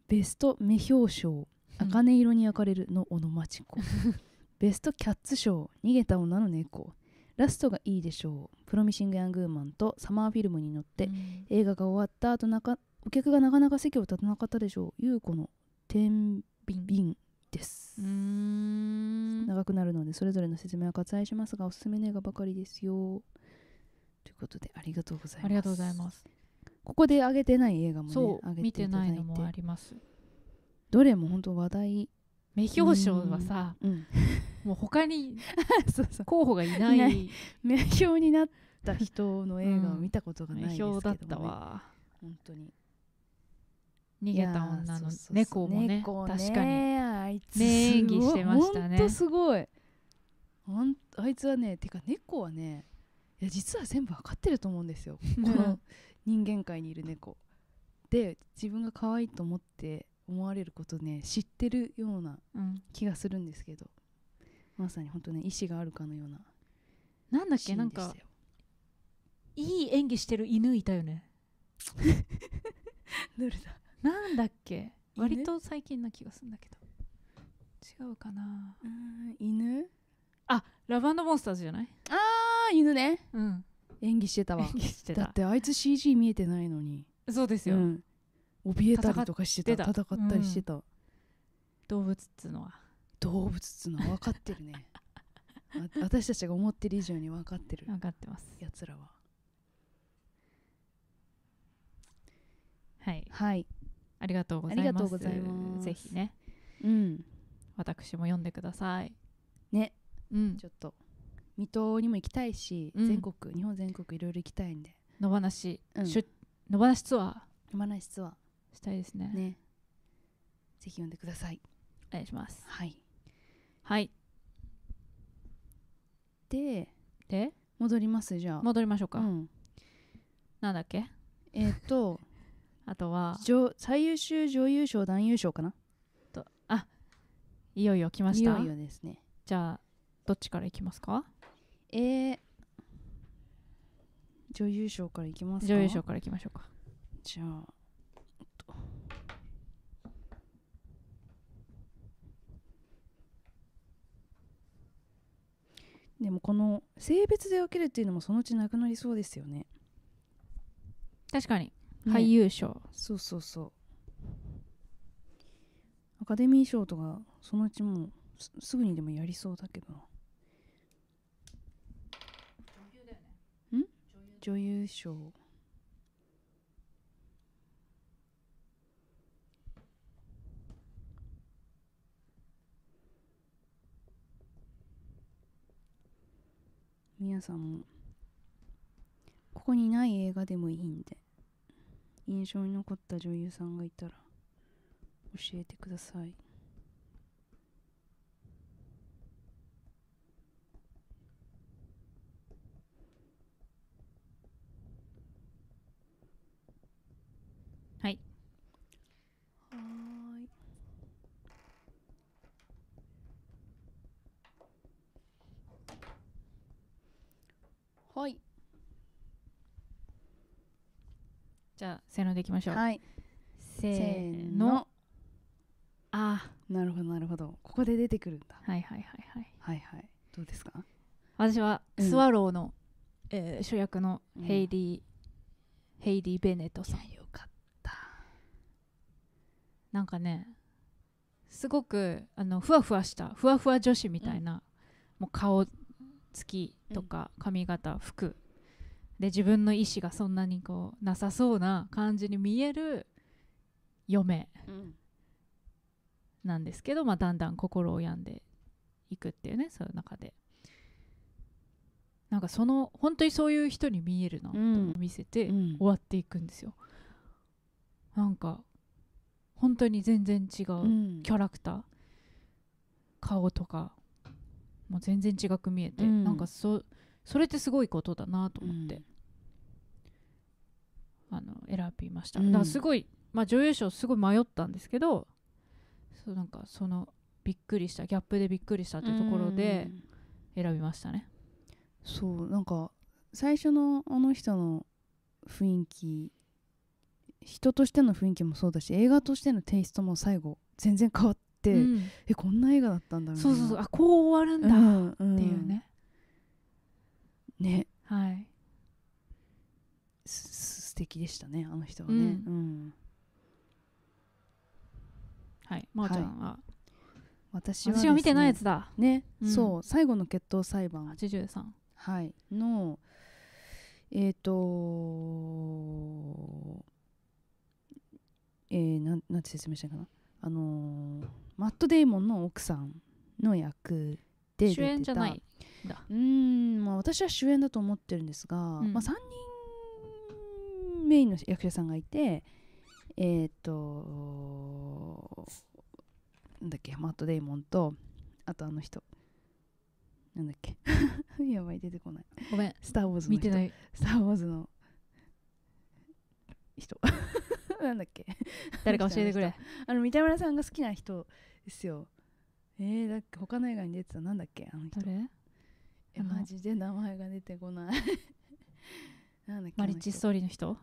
ベスト目標賞、
うん
茜色に焼かれるの小野町
<laughs>
子、ベストキャッツ賞、逃げた女の猫、ラストがいいでしょう、プロミシングヤングーマンとサマーフィルムに乗って、
うん
映画が終わった後なかお客がなかなか席を立たなかったでしょう、優子の天秤です。
うーん
長くなるのでそれぞれの説明は割愛しますがおすすめの映画ばかりですよということでありがとうございます
ありがとうございます
ここで上げてない映画もね
そう
上げ
見て
ていただ
ないい
て
のもあります
どれも本当話題
目標賞はさ
うん
<laughs> もう他
<laughs>
に
そうそう
候補がいない
いない名表になった人の映画を見たことがないです
目
けど、ね
標だったわ
本当に
逃げた女
いやー
の
そうそうそう
猫もね
猫
確かに
あいつ
名演技してましたね
本当すごいほんあいつはねてか猫はねいや実は全部わかってると思う
<laughs>
んですよこの人間界にいる猫で自分が可愛いと思って思われることね知ってるような
うん
気がするんですけどまさに本当ね意志があるかのような
なんだっ
シ
け
ー
な
ン
ん
でしたよ
かいい演技してる犬いたよね
どれだ
なんだっけ割と最近な気がするんだけど違うかな
犬
あラブモンスターズじゃない
あー犬ね
うん
演技してたわ
演技して
だ
た
ってあいつ CG 見えてないのに、
そうです
う
よ
ん、怯えたりとかしてた
戦
戦
ってた
ったりしてた、
動物っつうのは
動物っつうのは分かっ
<laughs>
てるねわ私たちが思ってる以上に分かってる
分かってます
やつらは
はい
はい
ありがとうございま
あり
す
がとうございます
ぜひね
うん
私も読んでください
ね
うん
ちょっと水戸にも行きたいし、
うん
全国日本全国いろいろ行きたいんで
野放し、
うん
しゅ野放しツア
山梨ツアー
ーしたいですね
ねぜひ読んでください
お願いします
はい
はい
で
で
戻りますじゃあ
戻りましょうか、
うん、
なんだっけ
えっと
<laughs> あとは
女最優秀女優賞男優賞かな
いよいよ来ま
い
した
よいよですね
じゃあどっちからいきますか
えー、女優賞からいきますか
女優賞からいきましょうか
じゃあえっとでもこの性別で分けるっていうのもそのうちなくなりそうですよね
確かに
ね
俳優賞
そうそうそうアカデミー賞とかそのうちもうすすぐにでもやりそうだけどな女優だよねん女優賞皆さんもここにない映画でもいいんで印象に残った女優さんがいたら教えてください
はい
はーいはい
じゃあせーのでいきましょう、
はい
せーのあ
なるほどなるほどここで出てくるんだ
ーはいはいはいはい
はいはいどうですか
私は
うん
スワローの、えー主役のヘイリー、ヘイリー・ベネットさん
よかった
なんかねすごくあのふわふわしたふわふわ女子みたいな、もう顔つきとか髪型、服で自分の意思がそんなにこうなさそうな感じに見える嫁
うん
なんですけど、まあ、だんだん心を病んでいくっていうねそういう中でなんかその本当にそういう人に見えるなと
うん
見せて、
うん
終わっていくんですよなんか本当に全然違う、キャラクター顔とかもう全然違く見えて、
うん
なんかそそれってすごいことだなと思って、あの選びました、
うん
だからすごい、まあ、女優賞すごい迷ったんですけどそうなんかそのびっくりしたギャップでびっくりしたってところで
うん
選びましたね、
そうなんか最初のあの人の雰囲気人としての雰囲気もそうだし映画としてのテイストも最後全然変わって、
うん
えこんな映画だったんだみたい
そう
な
そうそうあこう終わるんだっ
んうん
ていうね、
ね
はい
すす素敵でしたねあの人はね、
うん
うん
はいまおちゃんは、
私はです
私
ね
が見てないやつだ
ね、
うん
そう最後の決闘裁判
83
はい、のえっ、とえー、なんなんて説明したらいいかなあのーマット・デイモンの奥さんの役で
主
出てた
演じゃないう
ーん、まあ、私は主演だと思ってるんですが、
ん
まあ、3人メインの役者さんがいてえっ、となんだっけマット・デイモンとあとあの人なんだっけ <laughs> やばい出てこない
ごめん
スター・ウォーズの
見て
人
ない
スター・ウォーズの人 <laughs> なんだっけ
誰か教えてくれ
あの三田村さんが好きな人ですよえー、だっけ他の映画に出てたなんだっけあの人
誰
え
あの
マジで名前が出てこない <laughs> なんだっけ
マリッチス
ー
トーリーの人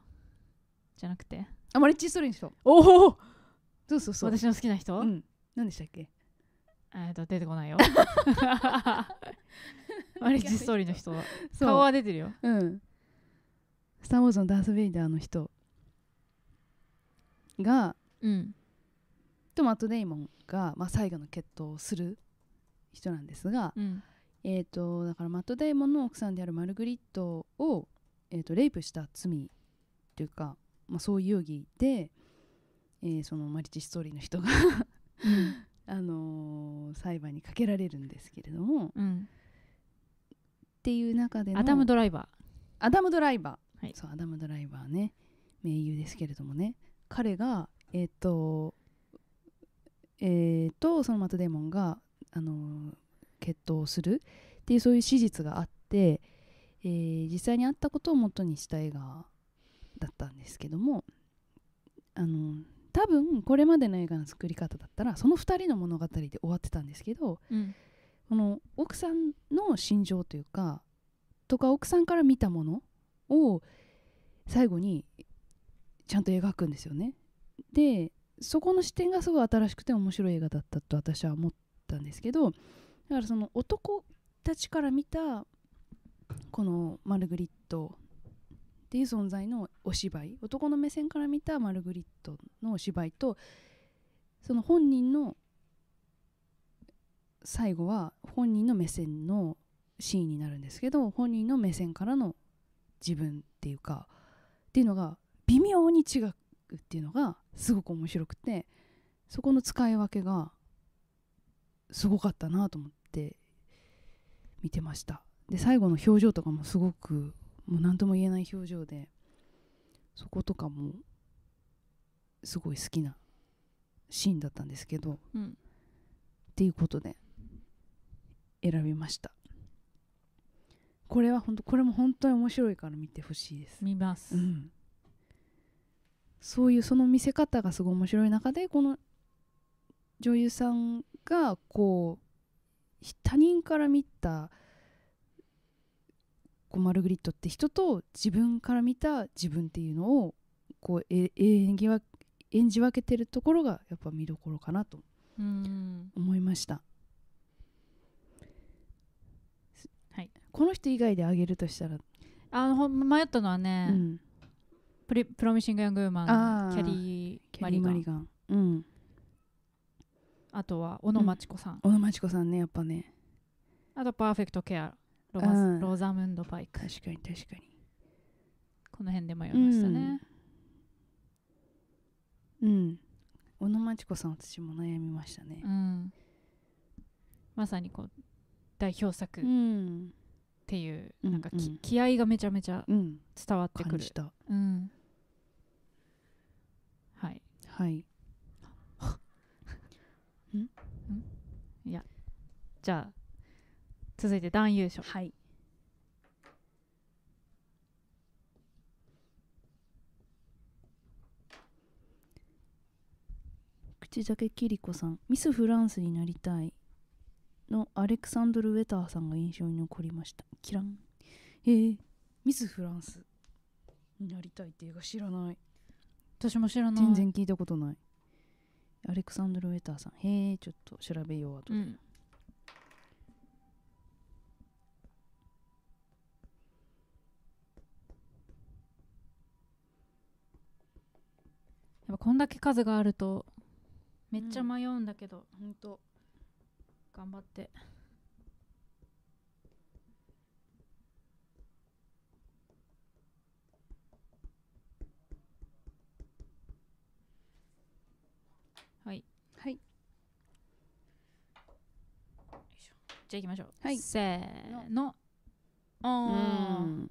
じゃなくて
あマリッチストーリーの人
おお
そうそうそう
私の好きな人、
うん何でしたっけ
えっと出てこ
<laughs>
ないよマリッチストーリーの人だ
そう
顔は出てるよ
うんスター・ウォーズのダース・ベイダーの人が
うん
とマット・デイモンが、まあ、最後の決闘をする人なんですが、
うん
えー、とだからマット・デイモンの奥さんであるマルグリットを、えー、とレイプした罪というか、まあ、そういう容疑で、えーそのマリッチ・ストーリーの人が
うん
<laughs> あのー裁判にかけられるんですけれどもっ
うん
ていう中での
アダム・ドライバ
アダムドライバー、
はい
そうアダム・ドライバーね名優ですけれどもね彼がえっ、とえっ、とそのマット・デーモンが、あのー決闘をするっていうそういう史実があって、えー実際にあったことを元にした映画だったんですけどもあのー多分これまでの映画の作り方だったらその2人の物語で終わってたんですけど、
ー、うん、
この奥さんの心情というかとか奥さんから見たものを最後にちゃんと描くんですよね。でそこの視点がすごい新しくて面白い映画だったと私は思ったんですけどだからその男たちから見たこのマルグリットっていう存在のお芝居男の目線から見たマルグリットのお芝居とその本人の最後は本人の目線のシーンになるんですけど本人の目線からの自分っていうかっていうのが微妙に違うっていうのがすごく面白くてそこの使い分けがすごかったなと思って見てましたで最後の表情とかもすごくもう何とも言えない表情でそことかもすごい好きなシーンだったんですけどっ
うん
ていうことで選びましたこれは本当これも本当に面白いから見てほしいです、
見ます、
うん、そういうその見せ方がすごい面白い中でこの女優さんがこうひ他人から見たこうマルグリットって人と自分から見た自分っていうのをこうえ演技わ演じ分けてるところがやっぱ見どころかなと
うん
思いました
はい
この人以外であげるとしたら、
あのほん迷ったのは
う
ね、
ん、
プリプロミシング・ヤング・ウーマン
あー
キャリ
キ
ー・マ
ャ
リ
リー・
ー
マ
マ
リガン、うん、
あとは小野真知子さん、
小野真知子さんねやっぱね
あとパーフェクト・ケアロマス
うん
ローザムンド・パイク
確かに確かに
この辺で迷いましたね、
うん小野真知子さん私も悩みましたね
うんまさにこう代表作っ
ん
ていう、
うん
なんかき、
うん
気合がめちゃめちゃ
うん
伝わってく
感
る
じ、た
うん、はい
はい
じゃあ続いて男優賞
はい口だけキリコさんミス・フランスになりたいのアレクサンドル・ウェターさんが印象に残りましたキランへえミス・フランスになりたいって映画知らない
私も知らない
全然聞いたことないアレクサンドル・ウェターさんへえちょっと調べよう後
う
で
んやっぱこんだけ数があるとめっちゃ迷うんだけど、
ほんと
頑張ってはい
はい
じゃあ行きましょう、
はい
せーのお
う
ー
ん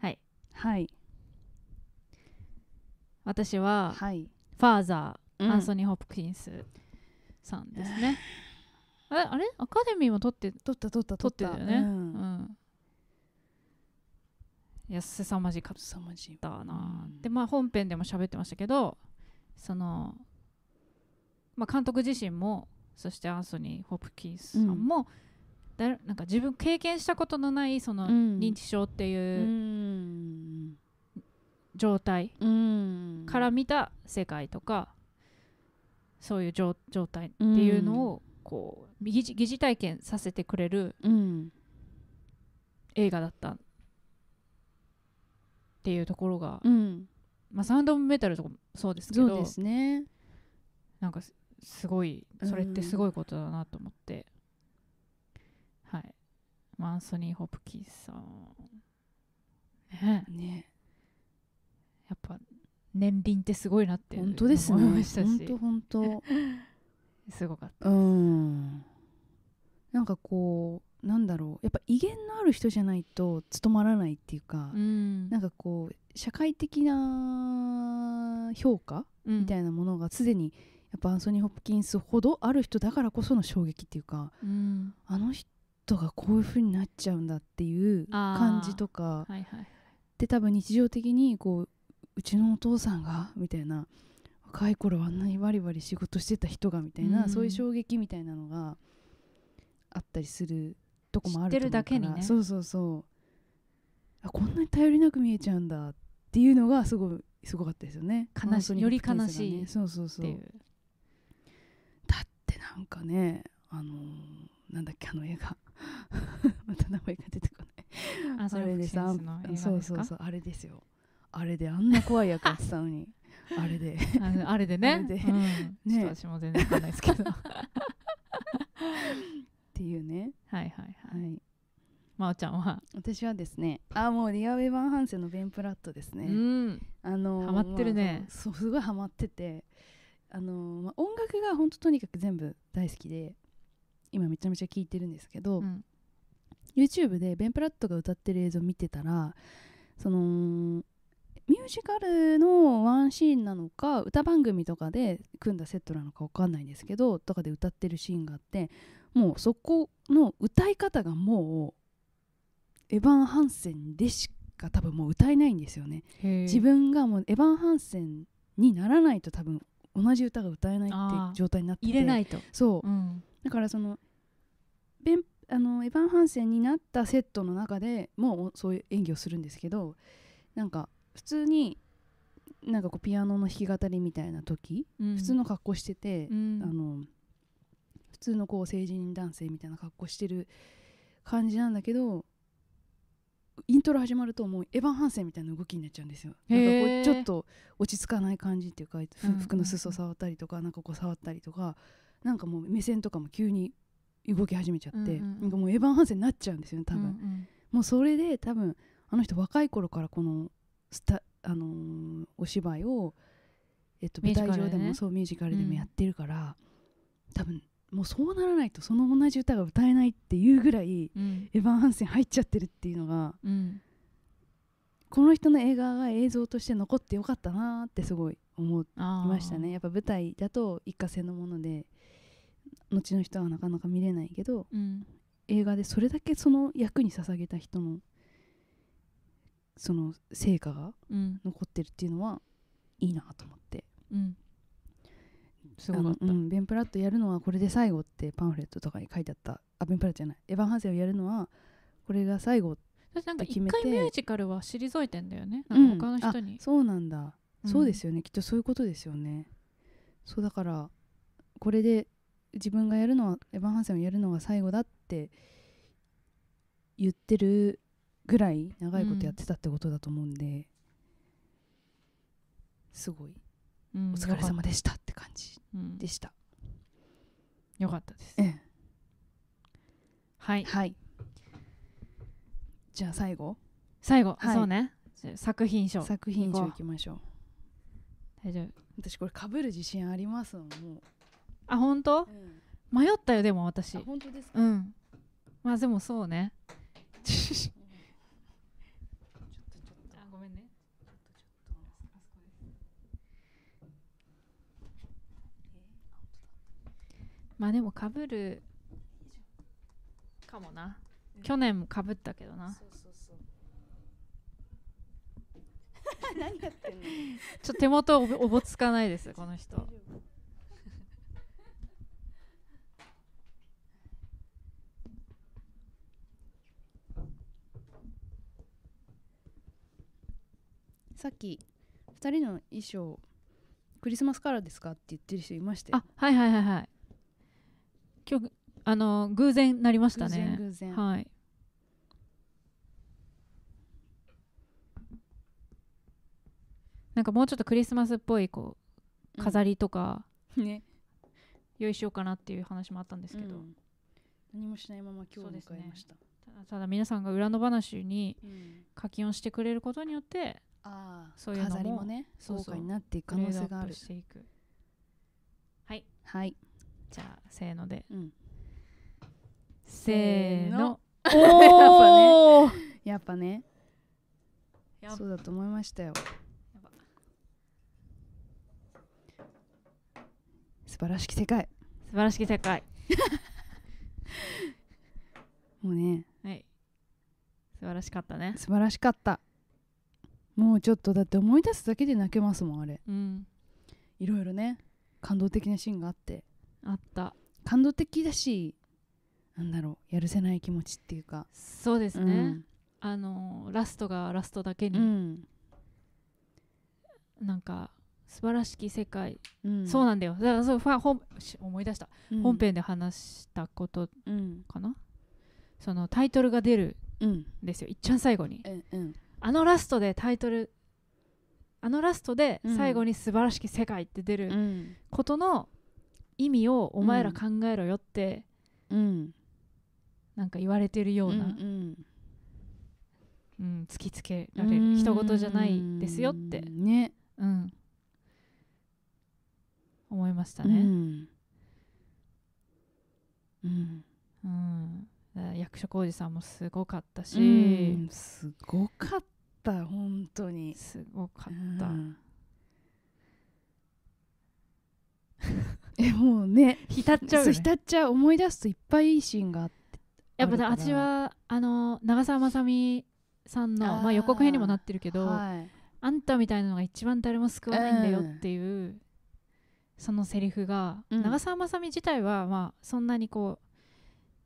はい
はい
私は
はい
ファーザー、
うん
アンソニー・ホプキンスさんですね <laughs> えあれアカデミーも撮って
取った取った
撮って
た
たよね。う
うん
ん。いや、凄まじかっ
凄まじい
たな。
うん
で、まあ、本編でも喋ってましたけど、その、まあ、監督自身も、そしてアンソニー・ホプキンスさんも、だいなんか自分経験したことのないその
うん
認知症って
う
いううん状態
うん
から見た世界とか、そういう状状態っていうのをこう疑似疑似体験させてくれる
うん
映画だったっていうところが、
うん
まあ、サウンド・オブ・メタルとかもそうですけ
そう
ど
ですね
なんかすすごいそれってすごいことだなと思って、はいまあアンソニー・ホプキンスさんねえ
ね
やっぱ年輪ってすごいなって
本当ですね
思いました
本
し
当本当
すごかった
うんなんかこうなんだろうやっぱ威厳のある人じゃないと務まらないっていうか、
うん
なんかこう社会的な評価みた
い
いなものがすでにやっぱアンソニー・ホプキンスほどある人だからこその衝撃っていうか
うん
あの人がこういう風になっちゃうんだっていう
あー
感じとか
はいはい
で多分日常的にこううちのお父さんがみたいな若い頃あんなにバリバリ仕事してた人がみたいな、
うん
そういう衝撃みたいなのがあったりするとこもあると思うから
知ってるだけにね
そうそうそうあこんなに頼りなく見えちゃうんだっていうのがすごいすごかったですよね
悲しい
本当に
より悲しい
ねそうそう
っ
そう
てい
だ
う
ってなんかねあのーなんだっけあの映画 <laughs> また名前が出てこない
アンソニー・
あれ
ホプ
で
キンスの映画
さ
ですか
そうそうそうあれですよあれであんな怖い
<laughs>
役やってたのにあれで
あのあれでね
あれで
うん、
<laughs> ね
ちょっと私も全然わかんないですけどはい
っていうね <laughs>
はいはい
はい
まおちゃんは、
私はですねあもうリア・ウェバンハンセンのベンプラットです
う
ね、
ん
あのー
ハマってるね
まあそうすごいハマっててあのーまあ、音楽が本当とにかく全部大好きで今めちゃめちゃ聴いてるんですけど、
うん
YouTube でベンプラットが歌ってる映像見てたらそのミュージカルのワンシーンなのか歌番組とかで組んだセットなのかわかんないんですけどとかで歌ってるシーンがあってもうそこの歌い方がもうエヴァン・ハンセンでしか多分もう歌えないんですよね。自
自
分がもうエヴァン・ハンセンにならないと多分同じ歌が歌えないっていう
あー
状態になってて
入れないと、
そう
うん、
だからそのベンあのエヴァン・ハンセンになったセットの中でもうそういう演技をするんですけどなんか普通になんかこうピアノの弾き語りみたいな時、
普
普通の、格好してて
う、ん
あの普通のこう成人男性みたいな格好してる感じなんだけどイントロ始まるともうエヴァン・ハンセンみたいな動きになっちゃうんですよ。なんかこ
へー
うちょっと落ち着かない感じっていうかふ
うんうん
服の裾触ったりとかなんかこう触ったりとかなんかもう目線とかも急に動き始めちゃって
うんうんうん
なんかもうエヴァン・ハンセンになっちゃうんですよね多
うんう
分。
ん
もうそれで多分あの人若い頃からこのスタ、あのーお芝居を、えっと、
ミュ
舞
ージカ
台
ルでね
上でもそうミュージカルで
う
も
ん
やってるから、多分もうそうならないとその同じ歌が歌えないっていうぐらい
うん
エヴァン・ハンセン入っちゃってるっていうのが
うん
この人の映画が映像として残ってよかったなーってすごい思い
あー
ましたねやっぱ舞台だと一過性のもので後の人はなかなか見れないけど
うん
映画でそれだけその役に捧げた人のその成果が
うん
残ってるっていうのはいいなと思って
うんすごかった
あのうん、ベンプラットやるのはこれで最後ってパンフレットとかに書いてあったあベンプラットじゃないエヴァン・ハンセンをやるのはこれが最後
私なんか
って決
一
めて
回ミュージカルは退いてんだよねなんか
うん
他の人に、
そうなんだ、そうです
よ
よねきっとそういうことですよねそうだからこれで自分がやるのはエヴァン・ハンセンをやるのは最後だって言ってるぐらい長いことやってたってことだと思うんで、すごいお疲れ様でしたって感じ
うん
でした、
よかったです
ええ
はい
はいじゃあ最後
最後、
はい
そうね作品賞
作品賞
行こう
いきましょう
大丈夫
私これかぶる自信ありますもんも
あ本当
う、
迷ったよでも私
あ本当です
う
か、ち
んまあでもそうね
ょっとちょっと
あごめんねまあでもかぶるかもな去年もかぶったけどな
そうそう
<laughs>
そう。何やってんの？
ちょっと手元おぼおぼつかないですこの人
さっき二人の衣装クリスマスカラーですかって言ってる人いました
あ。
よ
はいはいはいはい今日あの偶然なりました
偶然
ね
偶然。
はいなんかもうちょっとクリスマスっぽいこう
うん
飾りとか
ね。
用意しようかなっていう話もあったんですけど、
うん何もしないまま今日を迎えました。
ただただ皆さんが裏の話に
うん
課金をしてくれることによって
ああ、
そういうのも
飾りもね、
そう
豪
そう
華になっていく
可
可
能
能
性
性
が
が
あ
あ
る
る。
していくはい
はい。
じゃあせーので
うん。
せ
ー
ー
の
の
お
お
<laughs> やっぱね、
やっ
そうだと思いましたよ
ば。
素晴らしき世界。
<laughs> 素晴らしき世界
もうね。
はい素晴らしかったね
素晴らしかったもうちょっとだって思い出すだけで泣けますもんあれ
うん
いろいろね感動的なシーンがあって
あった
感動的だしなんだろうやるせない気持ちっていうか
そうですね、あのラストがラストだけ
うん、う
に、
ん
なんか素晴らしき世界、
うん
そうなんだよだからそうファン本し思い出した、
うん
本編で話したこと
うん
かなそのタイトルが出る
うん
んですよ一番最後に
うんうん
あのラストでタイトルあのラストで
うん
最後に「素晴らしき世界」って出
う
る
ん
ことの意味をお前ら考えろよって
うん
なんか言われてるような、
うんうん
うん突きつけられる人事じゃないですよって
う、んね
うん、思いました
う
ね、
んうん
うんだから役所広司さんもすごかったし、
うんすごかっった本当に
すごかっ
う
た、
ん <laughs> えもうね
浸っちゃう
そ
よ
う
ね
浸っちゃう思い出すといっぱいいいシーンがあって
やっぱね
あるから
私はあの長澤まさみさんの
あー
まあ、予告編にもなってるけど、
はい
あんたみたいなのが一番誰も救わないんだよっていう、そのセリフが、
うん
長澤まさみ自体はまあそんなにこう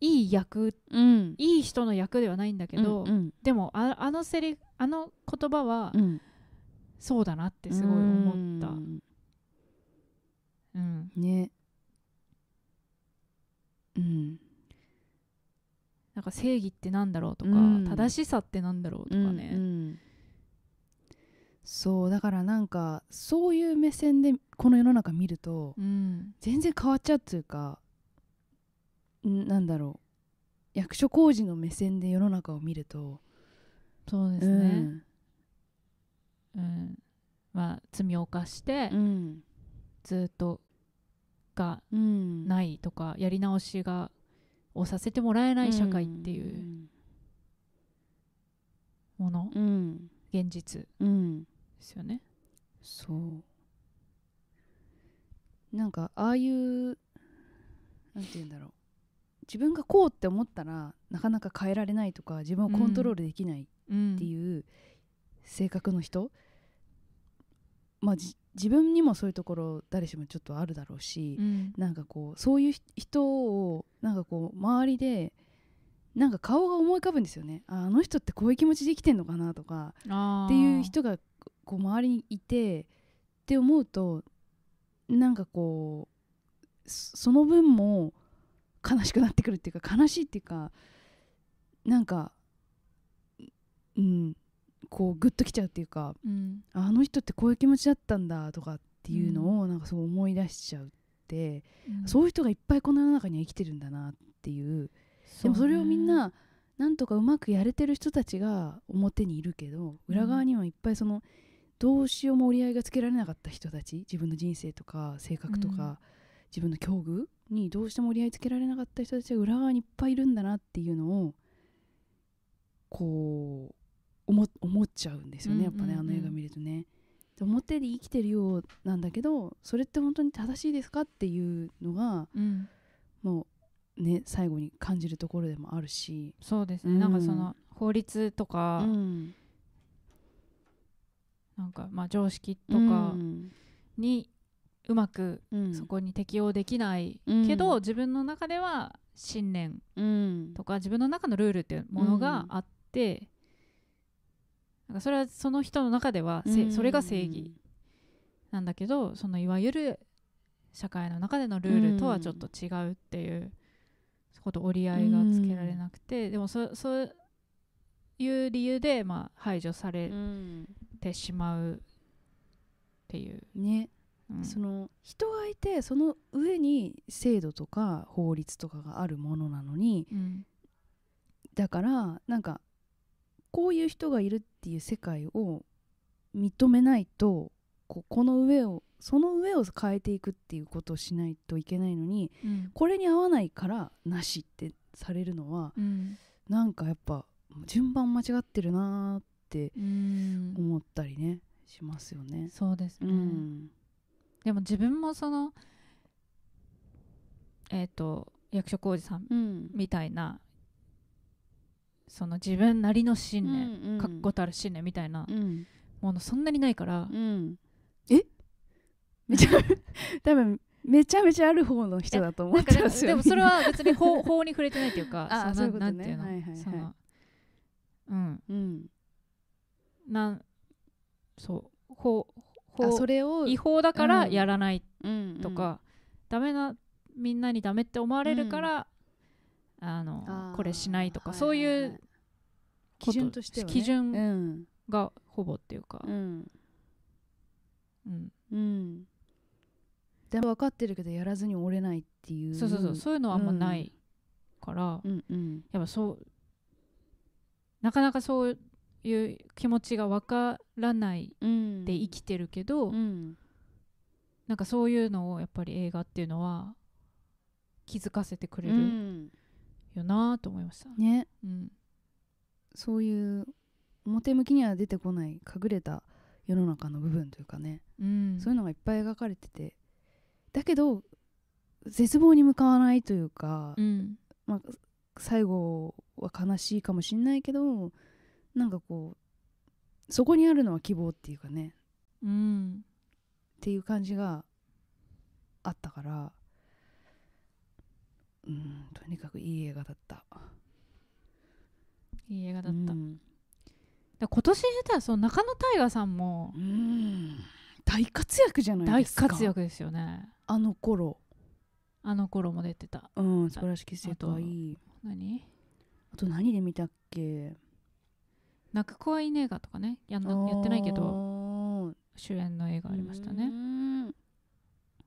いい役
うん、
いい人の役ではないんだけど、
うんうん
でもああのセリフあの言葉は
うん、
そうだなってすごい思った、
う
うん
んねうん
なんか正義ってなんだろうとか、
うん
正しさってなんだろうとかね、
うんうんそうだからなんかそういう目線でこの世の中見ると
うん
全然変わっちゃうっていうかんなんだろう役所工事の目線で世の中を見ると
そうですね、うんまあ罪を犯して
うん
ずっとが
うん
ないとかやり直しがをさせてもらえない社会っていうもの、
うんうん、
現実
うん
ですよね。
そうなんかああいうなんて言うんだろう自分がこうって思ったらなかなか変えられないとか自分をコントロールできない
うん
っていう性格の人、まあじ自分にもそういうところ誰しもちょっとあるだろうし、
うん
なんかこうそういうひ人をなんかこう周りでなんか顔が思い浮かぶんですよねああの人ってこういう気持ちで生きてんのかなとか
あー
っていう人がこう周りにいてって思うとなんかこうそその分も悲しくなってくるっていうか悲しいっていうかなんかうんこうグッときちゃうっていうか
うん
あの人ってこういう気持ちだったんだとかっていうのをなんかそう思い出しちゃうって、
うん
そういう人がいっぱいこの世の中には生きてるんだなっていうで
う
も
ね
それをみんななんとかうまくやれてる人たちが表にいるけど裏側にはいっぱいそのどうしようも折り合いがつけられなかった人たち自分の人生とか性格とか、
うん
自分の境遇にどうしても折り合いつけられなかった人たちが裏側にいっぱいいるんだなっていうのをこう思思っちゃうんですよねやっぱね、
うんうんうん
あの映画見るとね。で表で生きてるようなんだけどそれって本当に正しいですかっていうのが
うん
もうね最後に感じるところでもあるし、
そうですね、
うん
なんかその法律と
う
か、
ん、
なんかまあ常識と
とか、
かにうまく
うん
そこに適応できない、
うん
けど自分の中では信念
うん
とか自分の中のルールっていうものがあって、なんかそれはその人の中ではせ、それが正義なんだけどそのいわゆる社会の中でのルールとはちょっと違うっていう、そこと折り合いがつけられなくて、でもそそういう理由で、まあ、排除さ
う
れ
ん、
てしまうっていう。
ね、
うん
その人がいてその上に制度とか法律とかがあるものなのに
うん
だからなんかこういう人がいるっていう世界を認めないとここの上をその上を変えていくっていうことをしないといけないのに
うん
これに合わないからなしってされるのは
うん
なんかやっぱ順番間違ってるなーって
うん
思ったりねしますよね。
そうです
う
ね、
ん、
でも自分もそのえっ、と役所広司さん
うん
みたいなその自分なりの信念、
うんうん
確固たる信念みたいな
うん
ものそんなにないから、
うん、え <laughs> めちゃ多分めちゃめちゃある方の人だと思
な
っ
んか
て
でも
ます
で
よ、
も
ね、
それは別に法法に触れてないっていうか
あ
の
そういうことね
なんていうの、
はいはいはい
そのうん
うん、
なんそう法
あ
法
それを
違法だから
うん
やらない
うん
とか、ダメなみんなにダメって思われるから、あ
うんあ
の
ー
これしないとか、
は
そう
は
いう
は基準としては、ね、
基準
うん
がほぼっていうか、
うん
うん
うん、でも分かってるけどやらずに折れないっていう
そうそうそうそういうのはあんまないから、
うんうん
やっぱそうなかなかそういう気持ちがわからない
うん
で生きてるけど、
うん
なんかそういうのをやっぱり映画っていうのは気づかせてくれ
う
る
ん、
よなと思いました。
ね
うん
そういう表向きには出てこない隠れた世の中の部分というかね、
うん
そういうのがいっぱい描かれててだけど絶望に向かわないというか、
うん
まあ、最後は悲しいかもしんないけどなんかこうそこにあるのは希望っていうかね
うん
っていう感じがあったからうんとにかくいい映画だった。
いい映画だった、
う
だか
ん
ら今年下手はその中野大河さんも
うん大活躍じゃない
大
ですか
活躍ですよね
あの頃
あの頃も出てた
うん素晴らしき生徒はいい
何
あと何で見たっけ
泣く子はいねえがとかねやんなやってないけど
ど
主演の映画ありましたね
ね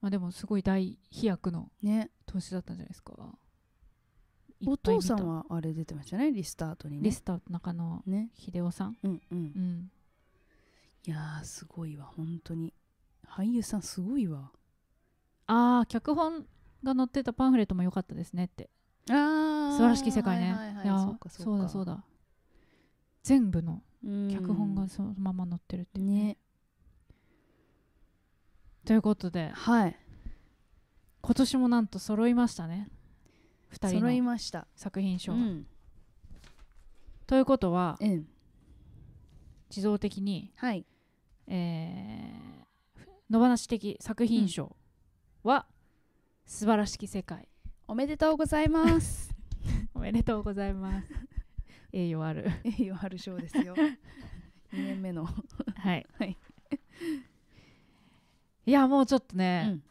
まあでもすごい大飛躍の
ね
年だったんじゃないですかいっぱい見た
お父さんはあれ出てましたねリスタートにね
リスター中野
ね
秀夫さん
うんうん
うん
いやーすごいわ本当に俳優さんすごいわ
ああ脚本が載ってたパンフレットも良かったですねって
あ
素晴らしき世界ね、
はいはい
いや
や
ー
そうか
そう
そうか
だそうだ全部の
うん
脚本がそのまま載ってるっていうね
ね
ということで
はい
今年もなんと揃いましたね2人
揃い
の
ました
作品賞
う
が、
ん
ということは
うん
自動的に、
はい
えー野放し的作品賞は、素晴らしき世界
おめでとうございます
おめでとうございます
<laughs>
栄誉ある
栄誉ある賞ですよ
<laughs>
2年目の
はい、
<laughs> はい、
いやもうちょっと
う
ね、
ん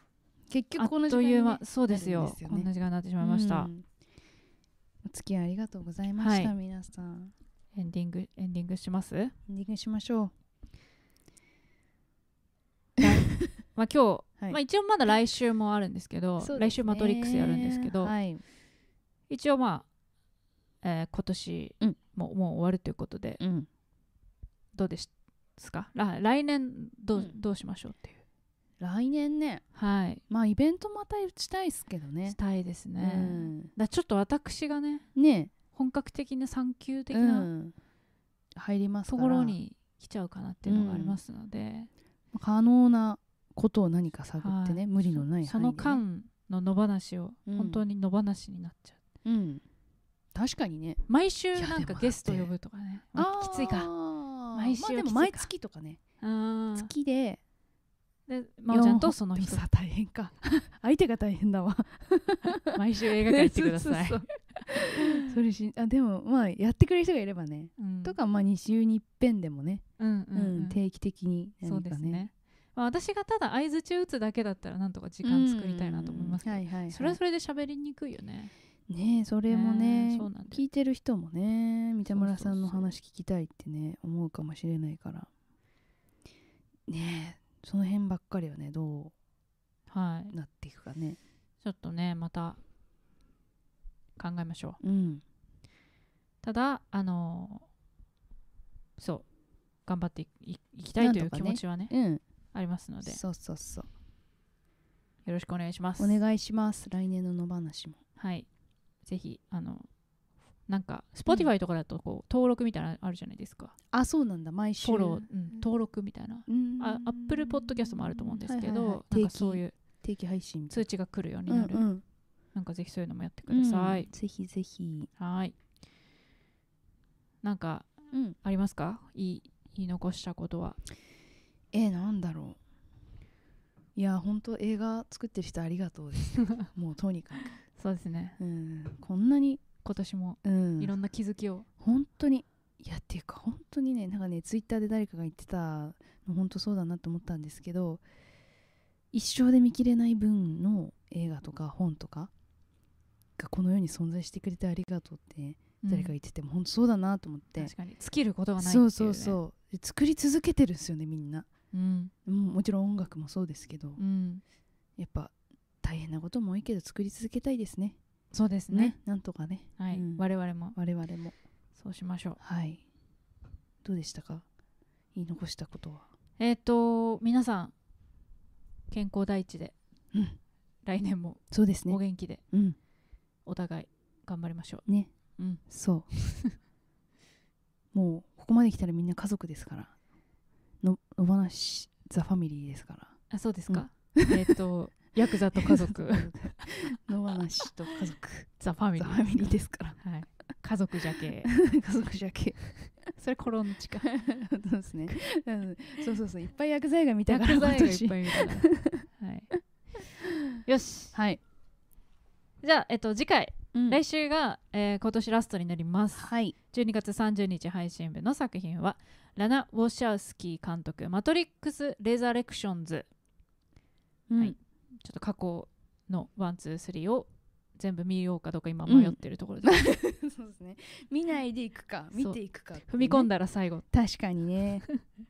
結
あ
局
っ
この時
と
間に
い
ね
う間そうですよ
なるんですよね
こんな時間になってしまいました、
うんお付き合いありがとうございました、
はい
皆さん
エンディングエンディングします、
エンディングしましょう
まあ、今日、
はい
まあ、一応まだ来週もあるんですけど
そうですね
来週マトリックスやるんですけど、
はい
一応まあ、えー今年
うん
も,、もう終わるということで
うん、
どうですから来年どう,、
うん
どうしましょうっていう
来年ね
はい
まあイベントまた打ちたいですけどね
したいですね、
う
だか
ん、
らちょっと私がね
ね
本格的な産休的
う、
なん
入ります
と
から
ころに来ちゃうかなっていうのがありますので、
可能なことを何か探ってね、
はい
無理のない範囲でね、
その間の野放しを
うん
本当に野放しになっちゃう、
うん確かにね
毎週
いや
なん
で
か
も
ゲスト
だっ
呼
て
ぶとかね、まあきついか毎
毎
週
まあ、
きつ
でも
いか
毎月とかね
うん
月で
でまおちゃんとその人
でもさ大変か <laughs> 相手が大変だわ
毎週映画館行ってください
<laughs> そうそうそうそれしあでもまあやってくれる人がいればね、
うん
とかまあ2週に一遍でもね、
うんう
うん
ん、うん
定期的に何
そう
かね
ですね、まあ、私がただ相づち打つだけだったらなんとか時間作りたいなと思いますけど、
うんはいはいはい
それはそれで喋りにくいよね
ねえそれもね
ねえそうなんです
聞いてる人もね三田村さんの
そうそう
話聞きたいってね思うかもしれないからねえその辺ばっかりはねど
はいう
なっていくかね
ちょっとねまた考えましょう
うん
ただあのーそう頑張っていいいきたいとい
な
うん
と
気
かね
持ちはね
うん
ありますのでよ
そうそうそう
ろしくお願いします
お願いします来年の野放しも
はいぜひあのなんか Spotify とかだとこう、登録みたいなのあるじゃないですか
あそうなんだ毎週
フォロー、うん、登録みたいな
うん
あアップルポッドキャストもあると思うんですけど、
はいはいはい
なんかそう
定期
いう
定期配信みた
通
い
知が来るように
な
なる、
うん
なんかぜひそういうのもやってく
うん
ださい
うん、ぜひぜひ
はいなんか
うん
ありますか言い言い残したことは
えー、なんだろういや本当映画作ってる人ありがとうです
<laughs>
もうとにか
そうですね
く、うん、こんなに、
今年も
うん、
いろんな気づきを、
本当にいやっていうか本当にねなんかねツイッターで誰かが言ってたの本当そうだなと思ったんですけど一生で見切れない分の映画とか本とかがこの世に存在してくれてありがとうって、ね
うん
誰かが言ってても本当そうだなと思って、
確かに尽きることがないっていう、
そ
ね、
うそうそうで作り続けてるんですよねみんな、
うん
うん、もちろん音楽もそうですけど、
うん
やっぱ大変なことも多いけど作り続けたいですね
そうです
ね
ね
なんとかね
はい、
うん
我々も
我々も
そうしましょう
はいどうでしたか言い残したことは
えっ、と皆さん健康第一で、
うん
来年も
そうですね
お元気で
うん
お互い頑張りましょう <laughs>
ね
うん
そうもうここまで来たらみんな家族ですからの野放しザ・ファミリーですから
あそうですか、えっ、
<laughs>
とヤクザと家族
野放しと家族
ザ・ファミリ
ザ・
ー
ファミリーですから
はい、家族じゃ
<laughs>
け
家族じゃけ
それコロンチか <laughs>
そうです <laughs> ねうんそうそうそういっぱい薬剤が見たから
薬剤がいっ
今年
ぱい見たなは
<laughs>
い、よし
はい、
じゃあ、えっと、次回、
うん
来週が、えー今年ラストになります
はい
12月30日配信分の作品はラナ・ウォシャウスキー監督「マトリックス・レザレクションズ」
うん
はいちょっと過去のワンツースリーを全部見ようかどうか今迷ってるところです、
そうですね見ないでいくか
そう
見ていくか、
<laughs> 踏み込ん
だ
だら最後、
確かにね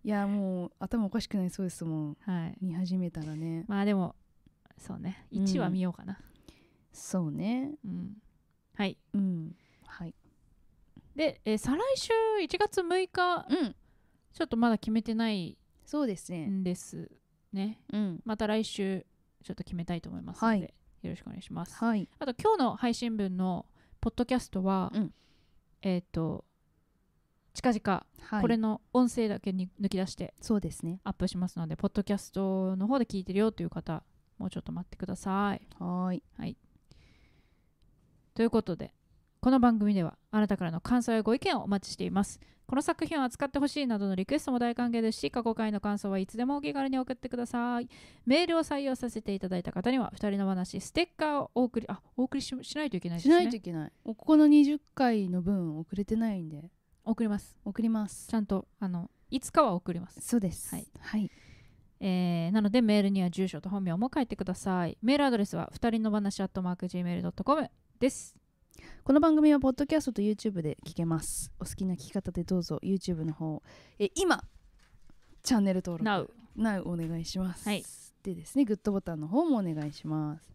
いやもう頭おかしくなりそうですもん
はい
見始めたらね
まあでもそうね
うん
1は見ようかな、
そうね
うんはい
うんはい
で、えー再来週1月6日
うん
ちょっとまだ決めてない
そうですね
んですね
うん
また来週ちょっと決めたいと思いますので、
はい
よろしくお願いします
はい
あと今日の配信分のポッドキャストは、
うん
えっ、と近々
はい
これの音声だけに抜き出して
そうですね
アップしますので、ポッドキャストの方で聞いてるよという方もうちょっと待ってください。
はーい
ということでこの番組ではあなたからの感想やご意見をお待ちしていますこの作品を扱ってほしいなどのリクエストも大歓迎ですし過去回の感想はいつでもお気軽に送ってくださいメールを採用させていただいた方には2人の話ステッカーをお送りあお送りししないといけないです
し
ね
ないといけないおここの20回の分送れてないんで
送ります
送ります
ちゃんとあのいつかは送ります
そうです
はい、
はい、
えーなのでメールには住所と本名も書いてくださいメールアドレスは2人の話 at mark gmail.com です
この番組はポッドキャストと YouTube で聞けますお好きな聞き方でどうぞ YouTube の方え今チャンネル登録
Now
Now お願いします。
はい
でですね、グッドボタンの方もお願いします。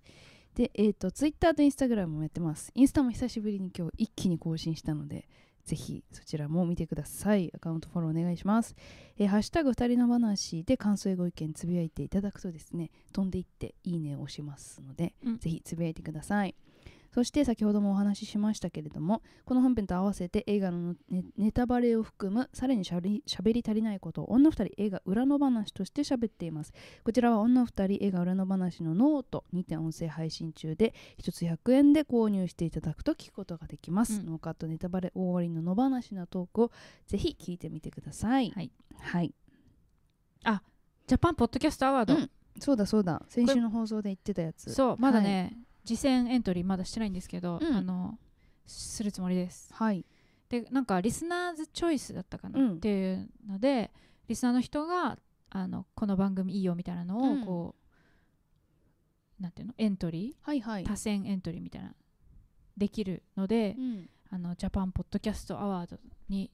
で、えっ、と、Twitter と Instagram もやってます。インスタも久しぶりに今日一気に更新したので、ぜひそちらも見てください。アカウントフォローお願いします。えーハッシュタグ二人の話で感想やご意見つぶやいていただくとですね、飛んでいっていいねを押しますので、
うん
ぜひつぶやいてください。そして先ほどもお話ししましたけれどもこの本編と合わせて映画のネネタバレを含むさらにしゃりしゃべり足りないことを女二人映画裏の話として喋っていますこちらは女二人映画裏の話のノートにて音声配信中で一つ100円で購入していただくと聞くことができます、
うん
ノーカットネタバレ大終わりの野放しなトークをぜひ聞いてみてください
はい、
はい
ジャパンポッドキャストアワード、
うんそうだそうだ先週の放送で言ってたやつ
そうまだね、次戦エントリーまだしてないんですけど、
うん
あのするつもりです
はい
でなんかリスナーズチョイスだったか
う
なんっていうので、リスナーの人があのこの番組いいよみたいな
う
の
ん
をこう、なんていうのエントリ
はいはい
ー多選エントリーみたいなできるので
う、ん
あのジャパンポッドキャストアワードに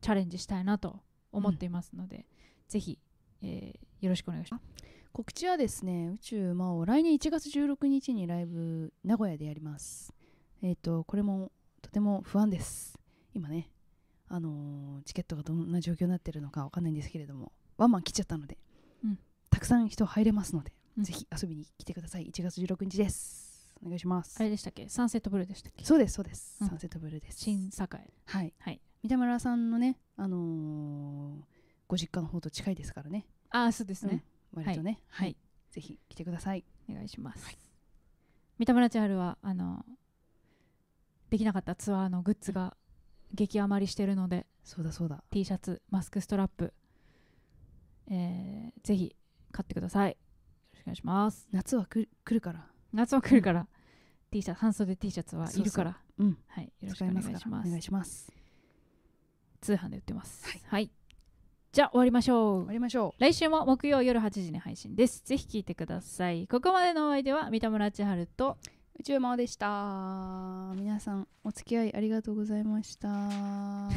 チャレンジしたいなと思っていますので、ぜひ、えーよろしくお願いします
告知はですね宇宙魔王来年1月16日にライブ名古屋でやりますえっ、とこれもとても不安です今ねあのーチケットがどんな状況になってるのかわかんないんですけれどもワンマン来ちゃったので、
うん
たくさん人入れますので、
うん
ぜひ遊びに来てください1月16日ですお願いします
あれでしたっけサンセットブルーでしたっけ
そうですそうです、
うん
サンセットブルーです
新栄
はい、
はい
三田村さんのねあのーご実家の方と近いですからね
ああそうですね、
割とね
はい
ぜひ来てください
お願いします、三田村千春はあのできなかったツアーのグッズが激余りしてるので
そうだそうだ
T シャツマスクストラップ、えーぜひ買ってくださいよろしくお願いします
夏はく来るから
夏は来るから、T シャツ半袖 T シャツはいるから
そううん
はいよろしく
使
お
え
願い
ま
し
すから
ま
お
す
願いします
通販で売ってます
はい
じゃあ終わりましょ
終
う
わりましょ
来週も木曜夜8時に配信ですぜひ聞いてくださいここまでのお相手は三田村千春と
う宇宙魔王でした皆さんお付き合いありがとうございまし
<laughs>
たバ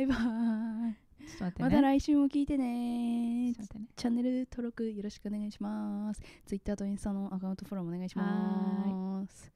イバーイ
ちょっと待ってね
また来週も聞いてね
ちょっと待ってね
チャンネル登録よろしくお願いしますツイッターとインスタのアカウントフォローもお願いします